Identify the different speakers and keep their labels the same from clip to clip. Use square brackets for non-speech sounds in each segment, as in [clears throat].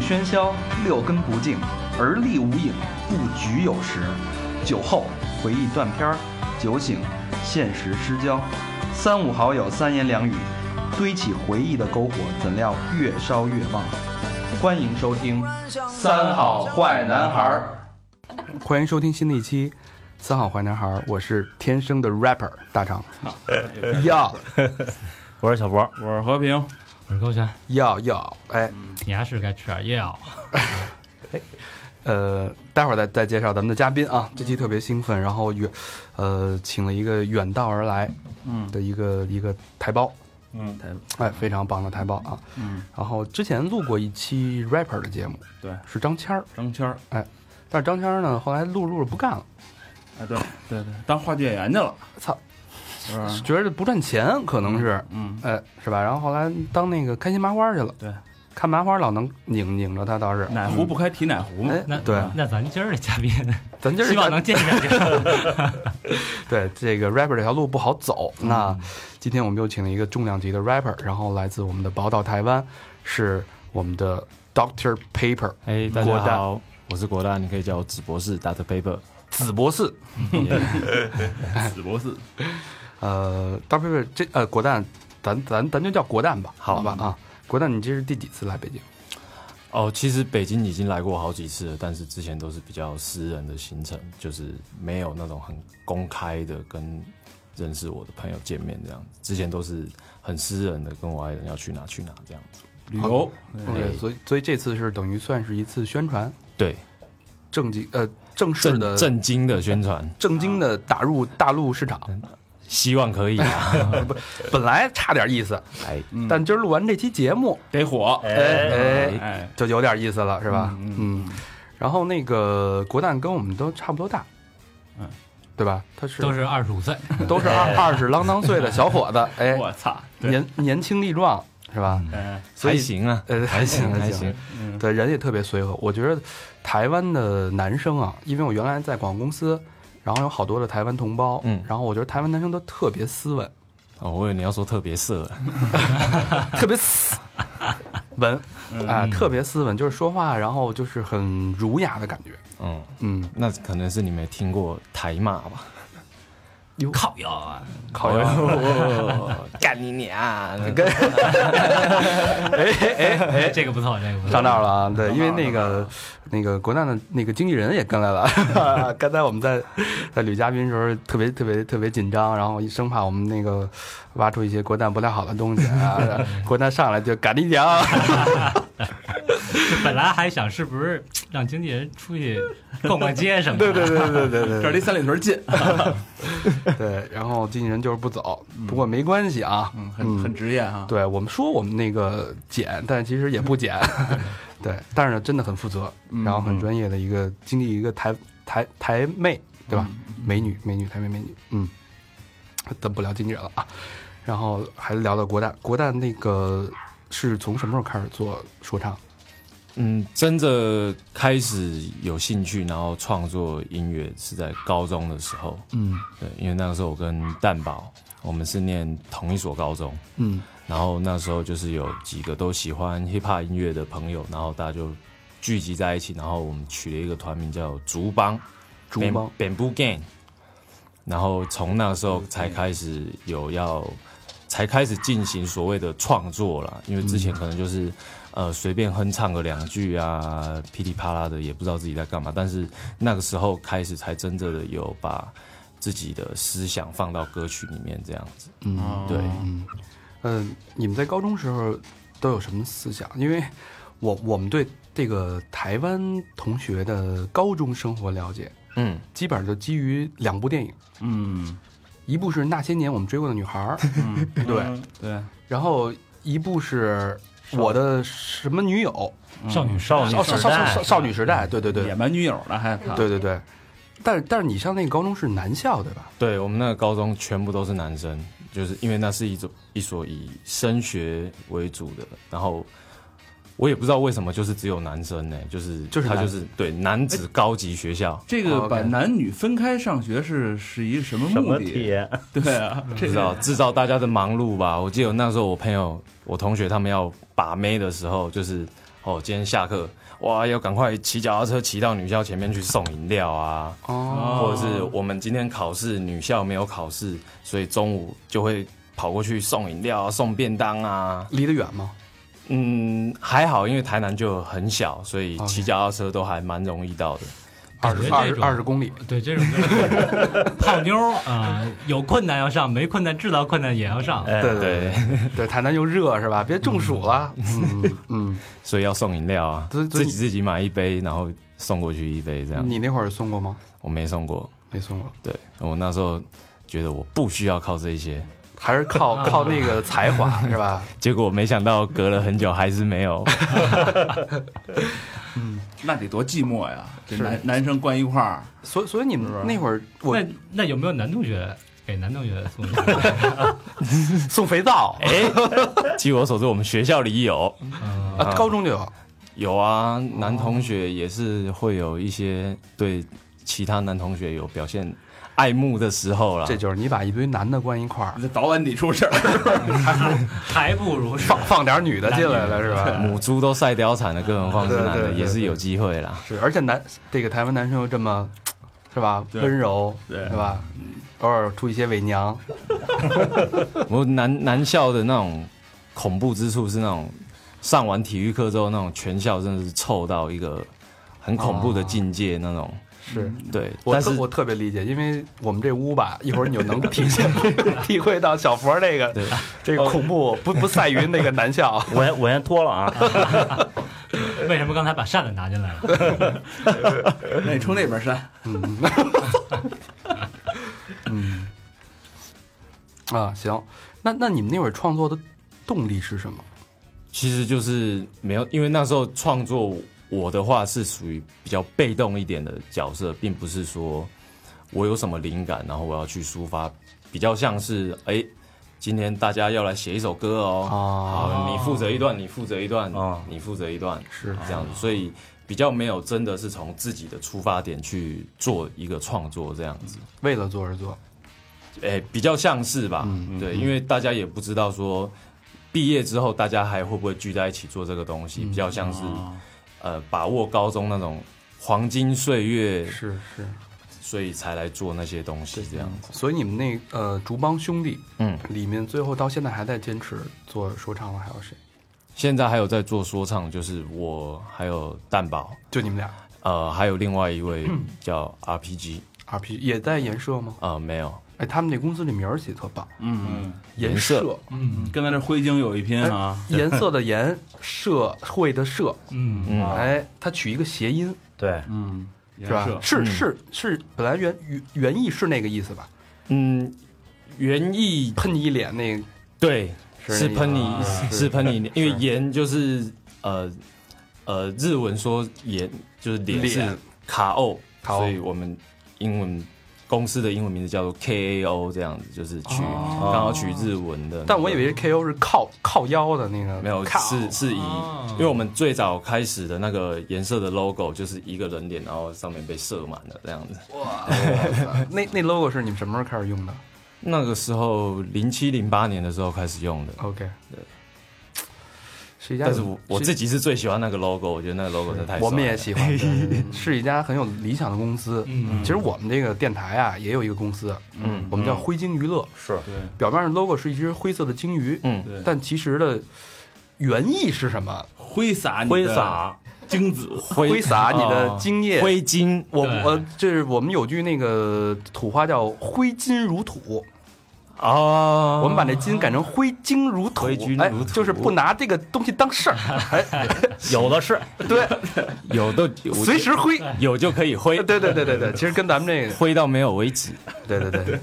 Speaker 1: 喧嚣，六根不净，而立无影，不局有时。酒后回忆断片儿，酒醒现实失焦。三五好友三言两语，堆起回忆的篝火，怎料越烧越旺。欢迎收听《三好坏男孩儿》。
Speaker 2: 欢迎收听新的一期《三好坏男孩儿》，我是天生的 rapper 大肠。
Speaker 3: 啊
Speaker 2: [laughs] 要
Speaker 4: 我是小博，
Speaker 3: 我是和平，
Speaker 5: 我是高泉，
Speaker 2: 要要，哎，
Speaker 3: 嗯
Speaker 5: 你还是该吃点药。
Speaker 2: 呃，待会儿再再介绍咱们的嘉宾啊。这期特别兴奋，然后远，呃，请了一个远道而来，嗯，的一个一个台胞，
Speaker 3: 嗯，
Speaker 2: 哎，非常棒的台胞啊。
Speaker 3: 嗯，
Speaker 2: 然后之前录过一期 rapper 的节目，
Speaker 3: 对
Speaker 2: 是张谦儿，哎
Speaker 3: 张谦儿，
Speaker 2: 但是张谦儿呢，后来录着录着不干了，
Speaker 3: 哎，对对对，当话剧演员去了，
Speaker 2: 操，
Speaker 3: 是不
Speaker 5: 嗯
Speaker 3: 是？
Speaker 2: 觉得不赚钱，可能是，
Speaker 3: 嗯，
Speaker 2: 哎，是吧？然后后来当那个开心麻花去了，
Speaker 3: 对，
Speaker 2: 看麻花老能拧拧着他，倒是，嗯
Speaker 3: 哪壶不开提哪壶嘛，
Speaker 2: 哎
Speaker 5: [laughs] 那，
Speaker 2: 对，
Speaker 5: 那咱今儿这
Speaker 2: [laughs]
Speaker 5: 嘉宾，
Speaker 2: 咱今儿
Speaker 5: 希望能见着你。
Speaker 2: 对这个 rapper 这条路不好走。
Speaker 5: 嗯
Speaker 2: 那今天我们又请了一个重量级的 rapper，然后来自我们的宝岛台湾，是我们的 Doctor Paper
Speaker 4: 哎，大
Speaker 2: 国
Speaker 4: 家
Speaker 2: 蛋
Speaker 4: 好，我是国大，你可以叫我子博士 d o t Paper。
Speaker 2: 子博士。
Speaker 3: 子博士，
Speaker 2: 呃，Doctor Paper 这呃国蛋，咱咱咱就叫国蛋吧，
Speaker 4: 好
Speaker 2: 好吧啊。国蛋，你这是第几次来北京？
Speaker 4: 哦，其实北京已经来过好几次了，但是之前都是比较私人的行程，就是没有那种很公开的跟认识我的朋友见面这样子。之前都是很私人的，跟我爱人要去哪去哪这样子。
Speaker 3: 旅游，
Speaker 5: 哎
Speaker 2: 对，所以所以这次是等于算是一次宣传，
Speaker 4: 对，
Speaker 2: 正经呃正式的
Speaker 4: 震震惊的宣传，
Speaker 2: 正经的打入大陆市场，
Speaker 4: 希望可以啊。
Speaker 2: 本来差点意思，
Speaker 4: 哎，
Speaker 3: 嗯
Speaker 2: 但今儿录完这期节目，
Speaker 3: 得火，
Speaker 2: 哎哎
Speaker 3: 哎，
Speaker 2: 就有点意思了，是吧？
Speaker 3: 嗯
Speaker 2: 嗯。然后那个国蛋跟我们都差不多大，
Speaker 3: 嗯，
Speaker 2: 对吧？他是
Speaker 5: 都是二十五
Speaker 2: [laughs]
Speaker 5: 岁，
Speaker 2: 都是二二十郎当岁的小伙子，哎，
Speaker 3: 我操，对，
Speaker 2: 年年轻力壮，是吧？
Speaker 3: 哎
Speaker 2: 所以
Speaker 4: [laughs] 还行啊，
Speaker 2: 呃，
Speaker 4: 还行 [laughs] 还
Speaker 2: 还
Speaker 4: 行。，
Speaker 3: 嗯
Speaker 2: 对，人也特别随和。我觉得台湾的男生啊，因为我原来在广告公司，然后有好多的台湾同胞，
Speaker 4: 嗯
Speaker 2: 然后我觉得台湾男生都特别斯文，
Speaker 4: 哦，我以为你要说特别色，
Speaker 2: [laughs] 特别斯文啊，特别斯文，就是说话，然后就是很儒雅的感觉，
Speaker 4: 嗯，
Speaker 2: 嗯，
Speaker 4: 那可能是你没听过台骂吧。
Speaker 5: 靠药啊！
Speaker 2: 烤鸭。 [laughs]
Speaker 4: 哦干你 [laughs] 娘！啊
Speaker 5: 哎，这个不错，这个不
Speaker 2: 上
Speaker 5: 错。
Speaker 2: 道了啊！对，因为那个那个国难的那个经纪人也跟来了。 [laughs] 刚才我们在在吕嘉宾的时候特别特别特别紧张，然后生怕我们那个挖出一些国难不太好的东西 [laughs] 啊。国难上来就赶你娘，
Speaker 5: 就本来还想是不是让经纪人出去逛逛街什么
Speaker 2: [laughs]
Speaker 5: 的，
Speaker 2: 对对对对对对
Speaker 3: 这离三里屯近，
Speaker 2: 对对。然后经纪人就是不走，不过没关系啊。
Speaker 3: 嗯，很很职业哈，
Speaker 2: 对我们说我们那个剪，但其实也不剪。对，但是呢，真的很负责，然后很专业的一个经历一个台台台妹，对吧？美女，美女，台妹美女，嗯，咱不聊经纪人了啊。然后还聊到国大，国大那个是从什么时候开始做说唱？
Speaker 4: 嗯，真的开始有兴趣，然后创作音乐是在高中的时候。
Speaker 2: 嗯
Speaker 4: 对，因为那个时候我跟蛋宝，我们是念同一所高中，
Speaker 2: 嗯
Speaker 4: 然后那时候就是有几个都喜欢 hip hop 音乐的朋友，然后大家就聚集在一起，然后我们取了一个团名叫竹帮，
Speaker 2: 竹帮
Speaker 4: Bamboo Gang，然后从那时候才开始有要，才开始进行所谓的创作啦，因为之
Speaker 2: 嗯
Speaker 4: 前可能就是。呃，随便哼唱个两句啊，噼里啪啦的，也不知道自己在干嘛。但是那个时候开始，才真正的有把自己的思想放到歌曲里面，这样子。
Speaker 2: 嗯，
Speaker 4: 对，
Speaker 2: 嗯，呃，你们在高中时候都有什么思想？因为我我们对这个台湾同学的高中生活了解，
Speaker 4: 嗯，
Speaker 2: 基本上就基于两部电影，
Speaker 3: 嗯，
Speaker 2: 一部是《那些年我们追过的女孩》，儿》，
Speaker 3: 嗯，
Speaker 2: 对，
Speaker 3: 对，
Speaker 2: 然后一部是我的什么女友，
Speaker 5: 少女嗯少
Speaker 2: 哦，少少少少少女时代，对对
Speaker 3: 野
Speaker 2: 对，
Speaker 3: 蛮女友了还看，
Speaker 2: 对对对。但是但是你上那个高中是男校对吧？
Speaker 4: 对我们那个高中全部都是男生，就是因为那是一种一所以升学为主的，然后我也不知道为什么，就是只有男生呢、就是
Speaker 2: 就是
Speaker 4: 他
Speaker 2: 男
Speaker 4: 就是对男子高级学校，
Speaker 2: [laughs]
Speaker 3: 这
Speaker 2: 哦
Speaker 3: 个
Speaker 2: ，OK
Speaker 3: 把男女分开上学是是一个什么目的？对啊，
Speaker 4: 不
Speaker 3: 这
Speaker 4: 知道制造大家的忙碌吧。我记得那时候我朋友、我同学他们要把妹的时候，就是哦，今天下课哇，要赶快骑脚踏车骑到女校前面去送饮料啊，
Speaker 2: 哦，
Speaker 4: 或者是我们今天考试女校没有考试，所以中午就会跑过去送饮料啊、送便当啊。
Speaker 2: 离得远吗？
Speaker 4: 嗯，还好，因为台南就很小，所以
Speaker 2: OK
Speaker 4: 骑脚踏车都还蛮容易到的。
Speaker 2: 二
Speaker 5: 感觉
Speaker 2: 十
Speaker 5: 这
Speaker 2: 二十
Speaker 5: 种
Speaker 2: 二十公
Speaker 5: [laughs]
Speaker 2: 里，
Speaker 5: 对这种就是泡妞儿啊、有困难要上，没困难制造困难也要上。
Speaker 6: 哎
Speaker 2: 哦对对
Speaker 4: 对，
Speaker 2: 对，台南又热是吧？别中暑了。嗯嗯，
Speaker 4: [laughs] 所以要送饮料啊，
Speaker 2: 所以所
Speaker 4: 自
Speaker 2: 以
Speaker 4: 己自己买一杯，然后送过去一杯这样。
Speaker 2: 你那会儿送过吗？
Speaker 4: 我没送过，
Speaker 2: 没送过，
Speaker 4: 对我那时候觉得我不需要靠这些，
Speaker 2: 还是靠靠那个才华是吧？
Speaker 4: 结果没想到隔了很久还是
Speaker 2: [laughs]
Speaker 4: 没有。
Speaker 3: 那得多寂寞呀！这
Speaker 2: 是
Speaker 3: 男男生关一块儿，
Speaker 2: 所以所以你
Speaker 3: 是吧
Speaker 2: 们那会儿我
Speaker 5: 那那有没有男同学给男同学送？
Speaker 2: [laughs] 送肥皂
Speaker 4: 哎、据我所知，我们学校里有
Speaker 5: 啊，
Speaker 2: 啊，高中就有。
Speaker 4: 有啊，男同学也是会有一些对其他男同学有表现爱慕的时候啦。
Speaker 2: 这就是你把一堆男的关一块儿，
Speaker 3: 这早晚得出事儿。
Speaker 5: 还不如是
Speaker 2: 放放点女的进来了是吧？
Speaker 4: 母猪都晒貂蝉了，更何况是男
Speaker 2: 呃对对
Speaker 4: 的，
Speaker 2: 对对
Speaker 4: 也是有机会啦。
Speaker 2: 是，而且男这个台湾男生又这么，是吧？
Speaker 3: 对
Speaker 2: 温柔，
Speaker 3: 对
Speaker 2: 是吧？偶尔出一些伪娘，
Speaker 4: 我男男校的那种恐怖之处是那种上完体育课之后，那种全校真的是臭到一个很恐怖的境界那种。
Speaker 2: 是
Speaker 4: 对，
Speaker 2: 哦嗯我
Speaker 4: 但
Speaker 2: 特
Speaker 4: 是
Speaker 2: 我特别理解，因为我们这屋吧， [laughs] 一会儿你就能体现 [laughs] 体会到小佛这个
Speaker 4: 对
Speaker 2: 这个恐怖不不赛于那个男校。
Speaker 6: 我先我先脱了啊，
Speaker 5: 为什么刚才把扇子拿进来了？
Speaker 3: 那你冲那边扇，
Speaker 2: 嗯，啊，行，那那你们那会儿创作的动力是什么？
Speaker 4: 其实就是没有，因为那时候创作我的话是属于比较被动一点的角色，并不是说我有什么灵感，然后我要去抒发，比较像是哎、今天大家要来写一首歌哦，
Speaker 2: 哦
Speaker 4: 好，你负责一段，你负责一段，
Speaker 6: 哦
Speaker 4: 你负责一段，
Speaker 2: 是
Speaker 4: 这样子，所以比较没有真的是从自己的出发点去做一个创作这样子。
Speaker 2: 为了做而做，
Speaker 4: 诶、比较像是吧？对，因为大家也不知道说毕业之后大家还会不会聚在一起做这个东西，比较像是、
Speaker 3: 哦
Speaker 4: 呃把握高中那种黄金岁月，
Speaker 2: 是是。
Speaker 4: 所以才来做那些东西这样子。
Speaker 2: 所以你们那呃竹帮兄弟
Speaker 4: 嗯，
Speaker 2: 里面，最后到现在还在坚持做说唱的还有谁？
Speaker 4: 现在还有在做说唱，就是我还有蛋宝，
Speaker 2: 就你们俩
Speaker 4: 呃，还有另外一位叫 RPG，
Speaker 2: ，RP 也在研社吗？
Speaker 4: 啊、呃，没有，
Speaker 2: 哎，他们那公司这名儿起特棒，
Speaker 3: 嗯，
Speaker 4: 颜
Speaker 2: 社
Speaker 4: 色，
Speaker 5: 嗯
Speaker 3: 跟咱这灰烬有一拼啊！
Speaker 2: 哎 [laughs] 颜色的颜，社会的社，
Speaker 5: 嗯，
Speaker 4: 嗯，
Speaker 2: 哎，它取一个谐音
Speaker 6: 对，
Speaker 3: 嗯，
Speaker 2: 是吧？是是是，本来原原原意是那个意思吧？
Speaker 4: 嗯，原意
Speaker 2: 喷你一脸那个
Speaker 4: 对
Speaker 2: 是那
Speaker 4: 是
Speaker 2: 意思
Speaker 4: 喷你
Speaker 2: 啊
Speaker 4: 是
Speaker 2: 是
Speaker 4: 是
Speaker 2: [laughs]
Speaker 4: 喷你，因为盐就是呃呃日文说盐就是脸
Speaker 2: 脸
Speaker 4: 是卡欧，
Speaker 2: 卡欧
Speaker 4: 所以我们英文公司的英文名字叫做 KAO，这样子就是取
Speaker 2: 哦
Speaker 4: 刚好取日文的那个。
Speaker 2: 但我以为是 KO 是靠靠腰的那个，
Speaker 4: 没有
Speaker 2: 靠
Speaker 4: 是是以
Speaker 5: 哦，
Speaker 4: 因为我们最早开始的那个颜色的 logo 就是一个人脸，然后上面被射满了这样子。
Speaker 2: 哎那那 logo 是你们什么时候开始用的
Speaker 4: 那个时候零七零八年的时候开始用的，
Speaker 2: ？OK，
Speaker 4: 对，
Speaker 2: 是一家有，
Speaker 4: 但是我我
Speaker 2: 是
Speaker 4: 自己是最喜欢那个 logo，我觉得那个 logo 真的太帅了。
Speaker 2: 我们也喜欢，对对
Speaker 4: [laughs]
Speaker 2: 对是一家很有理想的公司。
Speaker 5: 嗯
Speaker 2: 其实我们这个电台啊，也有一个公司，
Speaker 4: 嗯
Speaker 2: 我们叫灰鲸娱乐，
Speaker 6: 是
Speaker 3: 对，
Speaker 2: 表面上 logo 是一只灰色的鲸鱼，
Speaker 4: 嗯
Speaker 3: 对
Speaker 2: 但其实的原意是什么？
Speaker 3: 挥洒你的
Speaker 6: 挥洒
Speaker 3: 精子，
Speaker 2: 挥洒你的
Speaker 4: 哦
Speaker 2: 精液。
Speaker 4: 灰烬
Speaker 2: 我
Speaker 5: 对
Speaker 2: 我就是我们有句那个土话叫“挥金如土”，
Speaker 4: 哦，
Speaker 2: 我们把那金改成“挥金如
Speaker 4: [laughs]
Speaker 2: 土
Speaker 4: 挥金”，如
Speaker 2: 哎
Speaker 4: 土，
Speaker 2: 就是不拿这个东西当事
Speaker 4: [laughs]
Speaker 2: 儿，哎，
Speaker 6: 有的是，
Speaker 2: [laughs] 对，
Speaker 4: 有都我
Speaker 2: 随时挥，
Speaker 4: 有就可以挥
Speaker 2: 对，对对对对，其实跟咱们这个，
Speaker 4: 挥到没有为止。
Speaker 2: 对对对，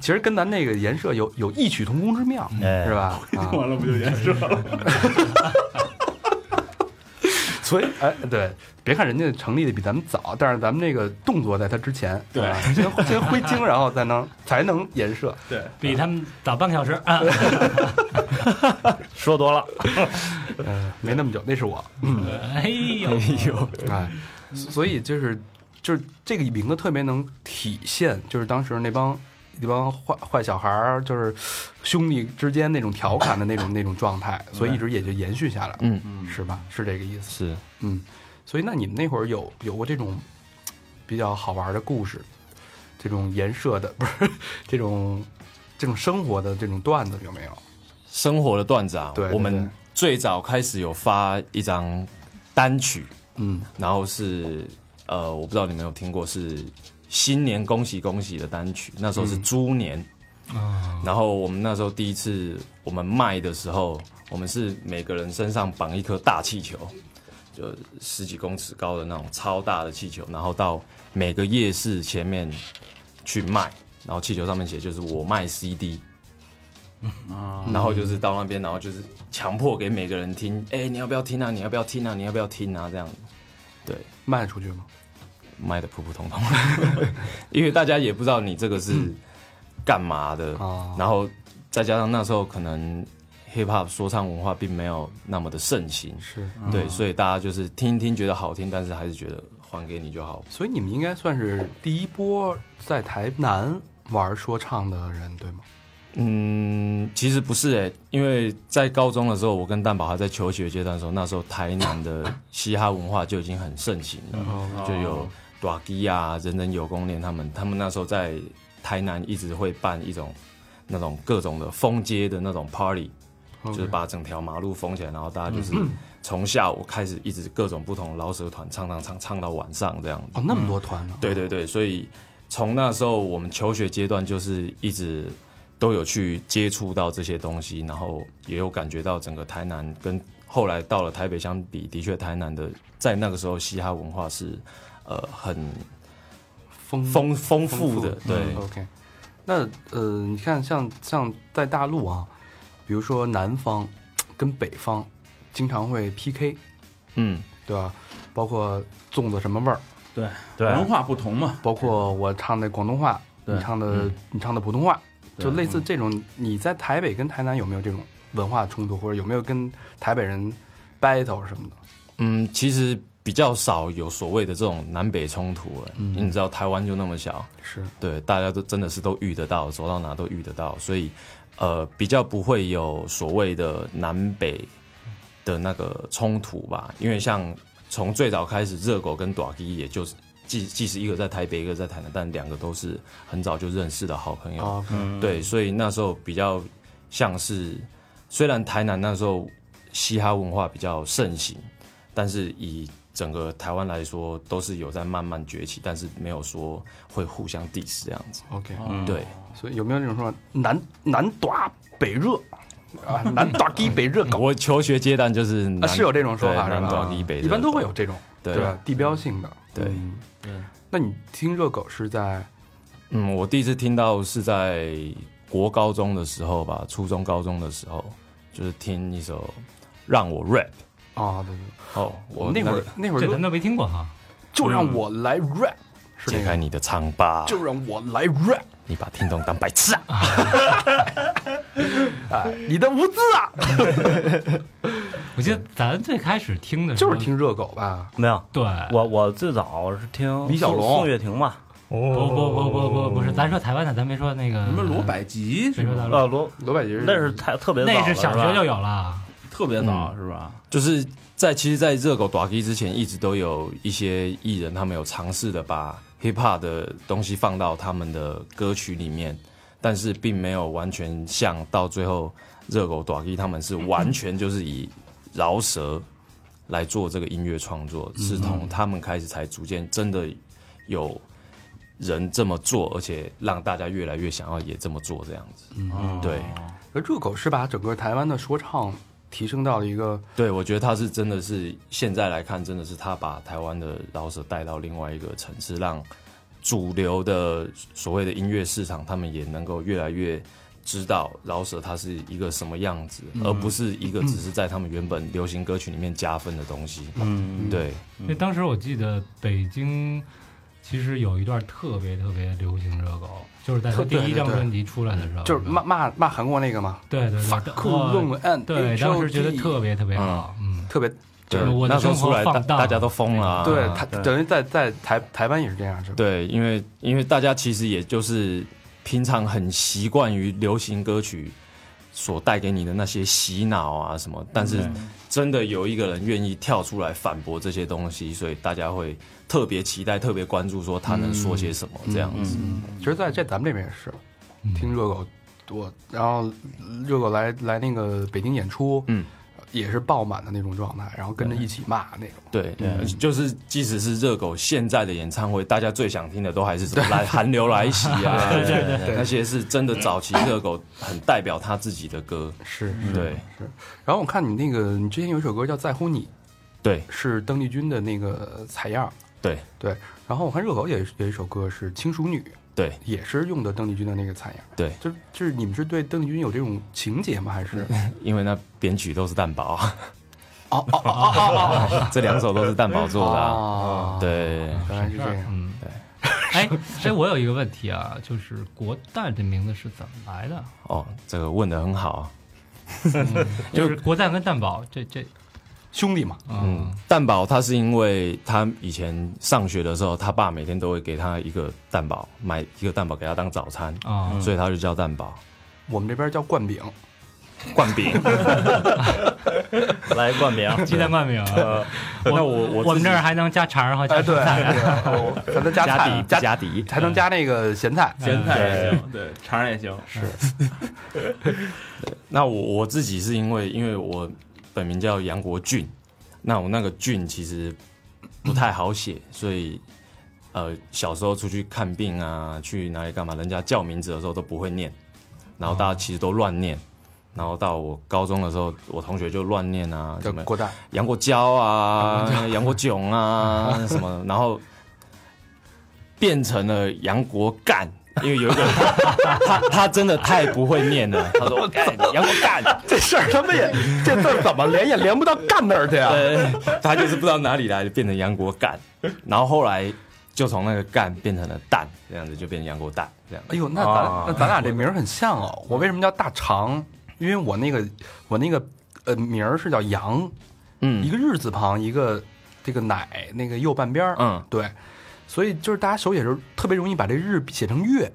Speaker 2: 其实跟咱那个颜社有有异曲同工之妙，
Speaker 6: 哎
Speaker 2: 是吧？啊，
Speaker 3: 完了不就也是
Speaker 2: 所以哎，对，别看人家成立的比咱们早，但是咱们这个动作在他之前，
Speaker 3: 对
Speaker 2: 啊先先挥金，然后才能才能颜社。
Speaker 3: 对，
Speaker 5: 比他们早半
Speaker 2: [laughs]
Speaker 5: 个小时啊。
Speaker 6: 说多了，
Speaker 2: 嗯，没那么久，那是我。
Speaker 5: 哎呦，
Speaker 2: 哎，所以就是就是这个名字特别能体现，就是当时那帮那帮坏坏小孩儿，就是兄弟之间那种调侃的那种那种状态，所以一直也就延续下来，
Speaker 4: 嗯，
Speaker 2: 是吧？是这个意思。
Speaker 4: 是
Speaker 2: 嗯，所以那你们那会儿有有过这种比较好玩的故事，这种颜社的不 [laughs] 是这种这种生活的这种段子有没有？
Speaker 4: 生活的段子啊，
Speaker 2: 对对
Speaker 4: 我
Speaker 2: 对
Speaker 4: 们最早开始有发一张单曲，
Speaker 2: 嗯，
Speaker 4: 然后是呃，我不知道你们有听过是新年恭喜恭喜的单曲，那时候是猪年，然后我们那时候第一次我们卖的时候，我们是每个人身上绑一颗大气球，就十几公尺高的那种超大的气球，然后到每个夜市前面去卖，然后气球上面写就是我卖 CD。然后就是到那边，然后就是强迫给每个人听，哎、你要不要听啊？你要不要听啊？你要不要听啊？这样子
Speaker 2: 卖出去吗？
Speaker 4: 卖的普普通通， [laughs] 因为大家也不知道你这个是干嘛的，
Speaker 2: 哦
Speaker 4: 然后再加上那时候可能 hip hop 说唱文化并没有那么的盛行，
Speaker 2: 是，
Speaker 4: 对，所以大家就是听一听觉得好听，但是还是觉得还给你就好。
Speaker 2: 所以你们应该算是第一波在台南玩说唱的人，对吗？
Speaker 4: 嗯，其实不是诶、因为在高中的时候，我跟蛋宝还在求学阶段的时候，那时候台南的嘻哈文化就已经很盛行了，就有 d a g 啊、人人有功练他们，他们那时候在台南一直会办一种那种各种的封街的那种 party，就是把整条马路封起来，然后大家就是从下午开始一直各种不同老舍团唱唱唱唱到晚上这样子。
Speaker 2: 哦，那么多团呢、
Speaker 4: 嗯对对对，所以从那时候我们求学阶段就是一直都有去接触到这些东西，然后也有感觉到整个台南跟后来到了台北相比，的确台南的在那个时候嘻哈文化是呃很
Speaker 2: 丰
Speaker 4: 丰嗯丰富的，对。
Speaker 2: 嗯 OK，那呃，你看像像在大陆啊，比如说南方跟北方经常会 PK，
Speaker 4: 嗯，
Speaker 2: 对吧？包括粽子什么味儿，
Speaker 4: 啊
Speaker 6: 对，
Speaker 3: 文化不同嘛，
Speaker 2: 包括我唱的广东话，
Speaker 3: 对
Speaker 2: 你唱的、
Speaker 4: 嗯
Speaker 2: 你唱的普通话，
Speaker 3: 对
Speaker 2: 就类似这种。你在台北跟台南有没有这种文化冲突，或者有没有跟台北人 battle 什么的？
Speaker 4: 嗯，其实比较少有所谓的这种南北冲突了。因为你知道台湾就那么小，
Speaker 2: 是，
Speaker 4: 对，大家都真的是都遇得到，走到哪都遇得到，所以呃，比较不会有所谓的南北的那个冲突吧。因为像从最早开始，热狗跟短 G 也就是。即即使一个在台北，一个在台南，但两个都是很早就认识的好朋友。
Speaker 2: 啊，
Speaker 4: 对，所以那时候比较像是，虽然台南那时候嘻哈文化比较盛行，但是以整个台湾来说，都是有在慢慢崛起，但是没有说会互相 diss 这样子。
Speaker 2: OK，
Speaker 4: 对，
Speaker 2: 所以有没有那种说南南短北热啊，南短低北热狗？
Speaker 4: 我求学阶段就是
Speaker 2: 啊，
Speaker 4: 南
Speaker 2: 是有这种说法
Speaker 4: 对
Speaker 2: 是
Speaker 4: 南
Speaker 2: 吧？啊
Speaker 4: 短一北，
Speaker 2: 一般都会有。这种，
Speaker 4: 对
Speaker 2: 吧？地标性的，
Speaker 4: 对
Speaker 2: 嗯。那你听热狗是在
Speaker 4: 嗯，我第一次听到是在国高中的时候吧，初中高中的时候，就是听一首让我 rap。
Speaker 2: 啊？对对，
Speaker 4: 哦，我
Speaker 2: 那会儿那会儿
Speaker 5: 这
Speaker 2: 就
Speaker 5: 咱都没听过哈。
Speaker 2: 就让我来 rap，是
Speaker 4: 解
Speaker 2: 那
Speaker 4: 开
Speaker 2: 个，
Speaker 4: 你的疮疤，
Speaker 2: 就让我来 rap，
Speaker 4: 你把听众当白痴啊！
Speaker 2: 哎，你的无字啊，
Speaker 5: 我记得咱最开始听的时
Speaker 2: 就
Speaker 5: 候
Speaker 2: 是听热狗吧？
Speaker 6: 没有。
Speaker 5: 对，
Speaker 6: 我我最早是听
Speaker 2: 李小龙
Speaker 6: 宋宋岳庭嘛，
Speaker 5: 不不不不不不是，咱说台湾的，咱没说那个
Speaker 3: 什么罗，百吉
Speaker 5: 没
Speaker 3: 是
Speaker 5: 说
Speaker 3: 吧？
Speaker 5: 大陆，
Speaker 6: 呃，罗
Speaker 2: 罗百吉
Speaker 6: 那是太特别早
Speaker 5: 那
Speaker 6: 了，
Speaker 5: 是小
Speaker 6: 吧
Speaker 5: 学就有了。
Speaker 3: 特别早是吧？
Speaker 4: 就是在其实，在热狗打 K 之前，一直都有一些艺人，他们有尝试的把 hip hop 的东西放到他们的歌曲里面，但是并没有完全像到最后热狗打 K 他们是完全就是以饶舌来做这个音乐创作，是从他们开始才逐渐真的有人这么做，而且让大家越来越想要也这么做这样子。
Speaker 3: 哦
Speaker 4: 对，
Speaker 2: 而呃热狗是把整个台湾的说唱提升到了一个
Speaker 4: 对，我觉得他是真的是现在来看，真的是他把台湾的饶舌带到另外一个层次，让主流的所谓的音乐市场，他们也能够越来越知道饶舌它是一个什么样子，而不是一个只是在他们原本流行歌曲里面加分的东西。嗯，对，
Speaker 5: 因为当时我记得北京其实有一段特别特别流行热狗，就是在他
Speaker 2: 特
Speaker 5: 第
Speaker 2: 对
Speaker 5: 一
Speaker 2: 对
Speaker 5: 张
Speaker 2: 对
Speaker 5: 专辑出来的时候，
Speaker 2: 就是骂
Speaker 5: 慢，
Speaker 2: 骂骂韩国那个嘛，
Speaker 5: 对对对，
Speaker 2: 酷
Speaker 5: 哇
Speaker 2: 论按
Speaker 5: 啊对，当时觉得特别特别好，嗯，
Speaker 2: 特别
Speaker 5: 就
Speaker 4: 对
Speaker 5: 是我的
Speaker 4: 那时候
Speaker 5: 生
Speaker 4: 出
Speaker 5: 活
Speaker 4: 来，大
Speaker 5: 放荡
Speaker 4: 大家都疯了、啊。
Speaker 2: 对，他等于在在台台湾也是这样，是吧？
Speaker 4: 对，因为因为大家其实也就是平常很习惯于流行歌曲所带给你的那些洗脑啊什么，但是真的有一个人愿意跳出来反驳这些东西，所以大家会特别期待、特别关注，说他能说些什么这样子。
Speaker 2: 其实在在咱们这边也是，
Speaker 5: 嗯
Speaker 2: 听热狗多，然后热狗来来那个北京演出，
Speaker 4: 嗯，
Speaker 2: 也是爆满的那种状态，然后跟着一起骂那种。
Speaker 4: 对，就是即使是热狗现在的演唱会，大家最想听的都还是什么来寒流来袭啊， [laughs] 对对对，那些是真的早期热狗很代表他自己的歌，
Speaker 2: 是，
Speaker 4: 对
Speaker 2: 然后我看你那个，你之前有一首歌叫《在乎你
Speaker 4: 对》，
Speaker 2: 是邓丽君的那个呃采样。
Speaker 4: 对
Speaker 2: 对，然后我看热狗也有一首歌是《轻熟女》，
Speaker 4: 对，
Speaker 2: 也是用的邓丽君的那个采样。
Speaker 4: 对
Speaker 2: 就是就是你们是对邓丽君有这种情节吗？还是
Speaker 4: 因为那编曲都是蛋堡啊，
Speaker 2: [laughs] 哦哦哦哦
Speaker 4: [laughs] 这两首都是蛋堡做
Speaker 2: 哦
Speaker 4: 的啊，
Speaker 2: 哦，，
Speaker 4: 对，
Speaker 2: 原来是这样。
Speaker 5: 嗯，
Speaker 4: 对。
Speaker 5: 哎，哎，我有一个问题啊，就是国蛋这名字是怎么来的？
Speaker 4: 哦，这个问的很好啊，
Speaker 5: 就是国蛋跟蛋堡，这这，
Speaker 2: 兄弟嘛，
Speaker 5: 嗯
Speaker 4: 嗯，蛋堡他是因为他以前上学的时候，他爸每天都会给他一个蛋堡，买一个蛋堡给他当早餐，
Speaker 5: 啊，
Speaker 2: 哦
Speaker 4: 所以他就叫蛋堡
Speaker 2: 我们这边叫灌饼。
Speaker 4: 灌饼。
Speaker 6: [laughs] 来
Speaker 5: [laughs]
Speaker 6: 灌饼，
Speaker 5: 鸡蛋灌饼啊，
Speaker 6: 那我我
Speaker 5: [laughs] 我们
Speaker 6: 自己
Speaker 5: 这儿还能加肠儿和加
Speaker 2: 哎，对，
Speaker 5: 芹菜
Speaker 2: 对还能 [laughs] 加
Speaker 6: 加
Speaker 2: 菜
Speaker 6: 底
Speaker 2: 加嗯
Speaker 6: 加底，
Speaker 2: 还能加那个咸菜。
Speaker 3: 咸菜也行，对，肠儿也行，
Speaker 4: 那我我自己是因为因为我本名叫杨国俊，那我那个俊其实不太好写，所以呃小时候出去看病啊，去哪里干嘛，人家叫名字的时候都不会念，然后大家其实都乱念，然后到我高中的时候，我同学就乱念啊，
Speaker 2: 叫
Speaker 4: 什么
Speaker 2: 郭蛋，
Speaker 4: 杨国娇啊，杨国囧啊 [laughs] 什么的，然后变成了杨国干。因为有一个人，他他他真的太不会念了。 [laughs] 他说：“我干杨国干，
Speaker 2: 这事儿他们也这字儿怎么连也连不到干那儿去啊？
Speaker 4: [laughs] 对，他就是不知道哪里来的，变成杨国干，然后后来就从那个干变成了蛋，这样子就变成杨国蛋，这样。
Speaker 2: 哎呦，那咱
Speaker 4: 啊
Speaker 2: 那咱俩这名儿很像哦。我为什么叫大肠？因为我那个我那个呃名儿是叫羊，一
Speaker 4: 嗯
Speaker 2: 个日字旁，一个这个奶那个右半边儿，
Speaker 4: 嗯，
Speaker 2: 对，所以就是大家手写时候特别容易把这日写成月，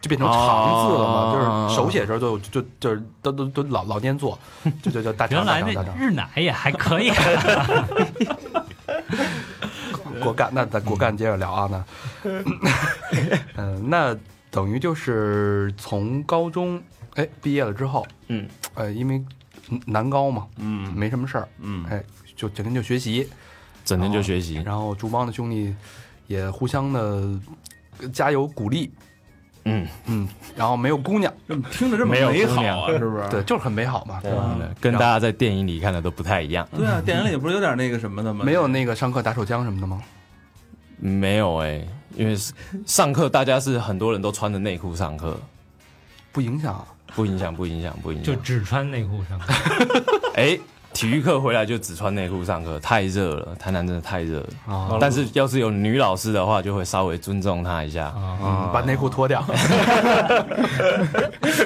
Speaker 2: 就变成
Speaker 4: 哦嗯
Speaker 2: 长字了嘛，就是手写时候就就就是都都都老老念错，就就叫大
Speaker 4: [laughs]
Speaker 5: 原
Speaker 2: 肠大
Speaker 5: 来
Speaker 2: 肠大肠。
Speaker 5: 那日奶也还可以，啊
Speaker 2: 国干，那咱国干接着聊啊，那，嗯，那等于就是从高中哎毕业了之后，
Speaker 4: 嗯，
Speaker 2: 呃，因为南高嘛，
Speaker 3: 嗯
Speaker 2: 没什么事儿，
Speaker 3: 嗯
Speaker 2: 哎，就整天就学习，
Speaker 4: 整天就学习，
Speaker 2: 然后竹帮的兄弟也互相的呃加油鼓励，
Speaker 4: 嗯，
Speaker 2: 嗯，然后没有姑娘，
Speaker 3: 这么听着这么
Speaker 4: 没有
Speaker 3: 美好
Speaker 4: 姑娘
Speaker 3: 啊，是不是？
Speaker 2: 对，就是很美好嘛，对吧？
Speaker 4: 嗯跟大家在电影里看的都不太一样。
Speaker 3: 对啊，电影里不是有点那个什么的吗？
Speaker 2: 没
Speaker 3: [laughs]
Speaker 2: 有那个上课打手枪什么的吗？
Speaker 4: 没有哎、因为上课大家是很多人都穿着内裤上课，
Speaker 2: 不影响啊，
Speaker 4: 不影响，不影响，不影
Speaker 5: [laughs] 就
Speaker 4: 响。
Speaker 5: 只穿内裤上课。
Speaker 4: 哎、体育课回来就只穿内裤上课，太热了，台南真的太热了。
Speaker 2: 啊
Speaker 4: 但是要是有女老师的话，就会稍微尊重她一下。
Speaker 5: 啊，
Speaker 2: 嗯把内裤脱掉，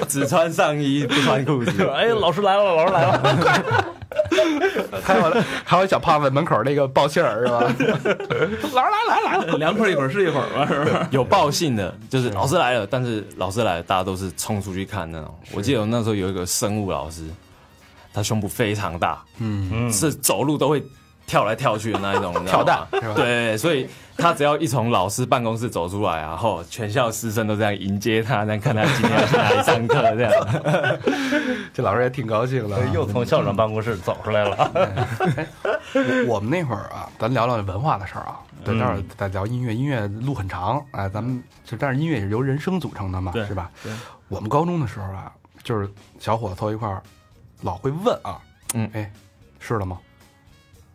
Speaker 4: 只穿上衣不穿裤子。
Speaker 6: [laughs] 哎，老师来了，老师来了，
Speaker 2: 还有还有小胖子门口那个报信儿是吧？
Speaker 3: 凉快一会儿是一会儿吧，是不是？
Speaker 4: 有报信的，就是老师来了，但是老师来了，大家都是冲出去看那种。我记得我那时候有一个生物老师，他胸部非常大，
Speaker 2: 嗯，
Speaker 6: 嗯
Speaker 4: 是走路都会跳来跳去的那一种，你知道
Speaker 2: [laughs] 跳
Speaker 4: 吗
Speaker 2: 蛋是吧？
Speaker 4: 对，所以他只要一从老师办公室走出来啊，然后全校师生都这样迎接他，这样看他今天要去哪里上课，这样。
Speaker 2: 这老师也挺高兴的啊。
Speaker 6: [laughs] 又从校长办公室走出来了，
Speaker 2: 我们那会儿啊，咱聊聊文化的事儿啊，对，待会儿再聊音乐，音乐路很长，哎，咱们就但是音乐也是由人声组成的嘛，
Speaker 3: 对
Speaker 2: 是吧
Speaker 3: 对？
Speaker 2: 我们高中的时候啊，就是小伙子凑一块儿，老会问啊，
Speaker 4: 嗯
Speaker 2: 哎，是了吗？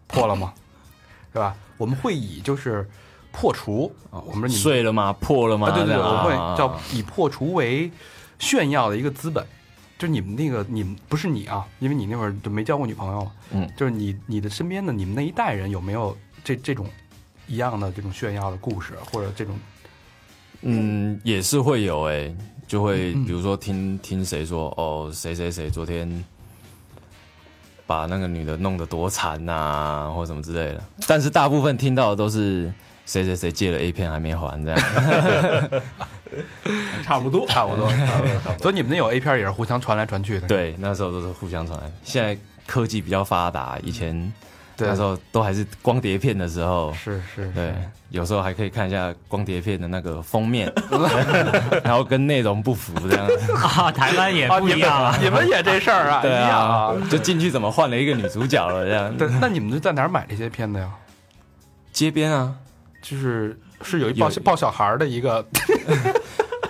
Speaker 2: 破了吗？是吧？我们会以就是破除，啊我 [laughs] 们说你
Speaker 4: 睡了吗？破了吗？
Speaker 2: 啊，对对
Speaker 4: 这
Speaker 2: 对，
Speaker 4: 样
Speaker 2: 我
Speaker 4: 啊
Speaker 2: 会叫以破除为炫耀的一个资本。就是你们那个，你们不是你啊，因为你那会儿就没交过女朋友嘛。
Speaker 4: 嗯，
Speaker 2: 就是你你的身边的你们那一代人有没有这这种一样的这种炫耀的故事，或者
Speaker 7: [laughs]
Speaker 2: 这种
Speaker 4: 嗯，也是会有哎、就会
Speaker 2: 嗯
Speaker 4: 比如说听听谁说哦，谁谁谁昨天把那个女的弄得多惨呐、或什么之类的。但是大部分听到的都是谁谁谁借了 A 片还没还这样。
Speaker 3: 差不多，
Speaker 2: 差不
Speaker 4: [laughs]
Speaker 2: 多。
Speaker 6: 差不多差不多
Speaker 2: 所以你们那有 A 片也是互相传来传去的，
Speaker 4: 对，那时候都是互相传。现在科技比较发达，以前
Speaker 2: 对
Speaker 4: 那时候都还是光碟片的时候，
Speaker 2: 是是，是
Speaker 4: 对，有时候还可以看一下光碟片的那个
Speaker 2: [laughs]
Speaker 4: 封面，然后跟内容不符这样子。
Speaker 7: 啊，台湾也
Speaker 2: 啊，
Speaker 7: 不
Speaker 2: 你
Speaker 7: 一样
Speaker 2: 们
Speaker 7: 啊。
Speaker 2: 你们也这事儿啊，
Speaker 4: [laughs] 对
Speaker 2: 一样
Speaker 4: 啊
Speaker 2: 啊。，
Speaker 4: 就进去怎么换了一个女主角了这样？
Speaker 2: 对，那你们是在哪儿买这些片子呀？
Speaker 4: 街边啊，
Speaker 2: 就是是有一抱
Speaker 4: 有
Speaker 2: 抱小孩儿的一个，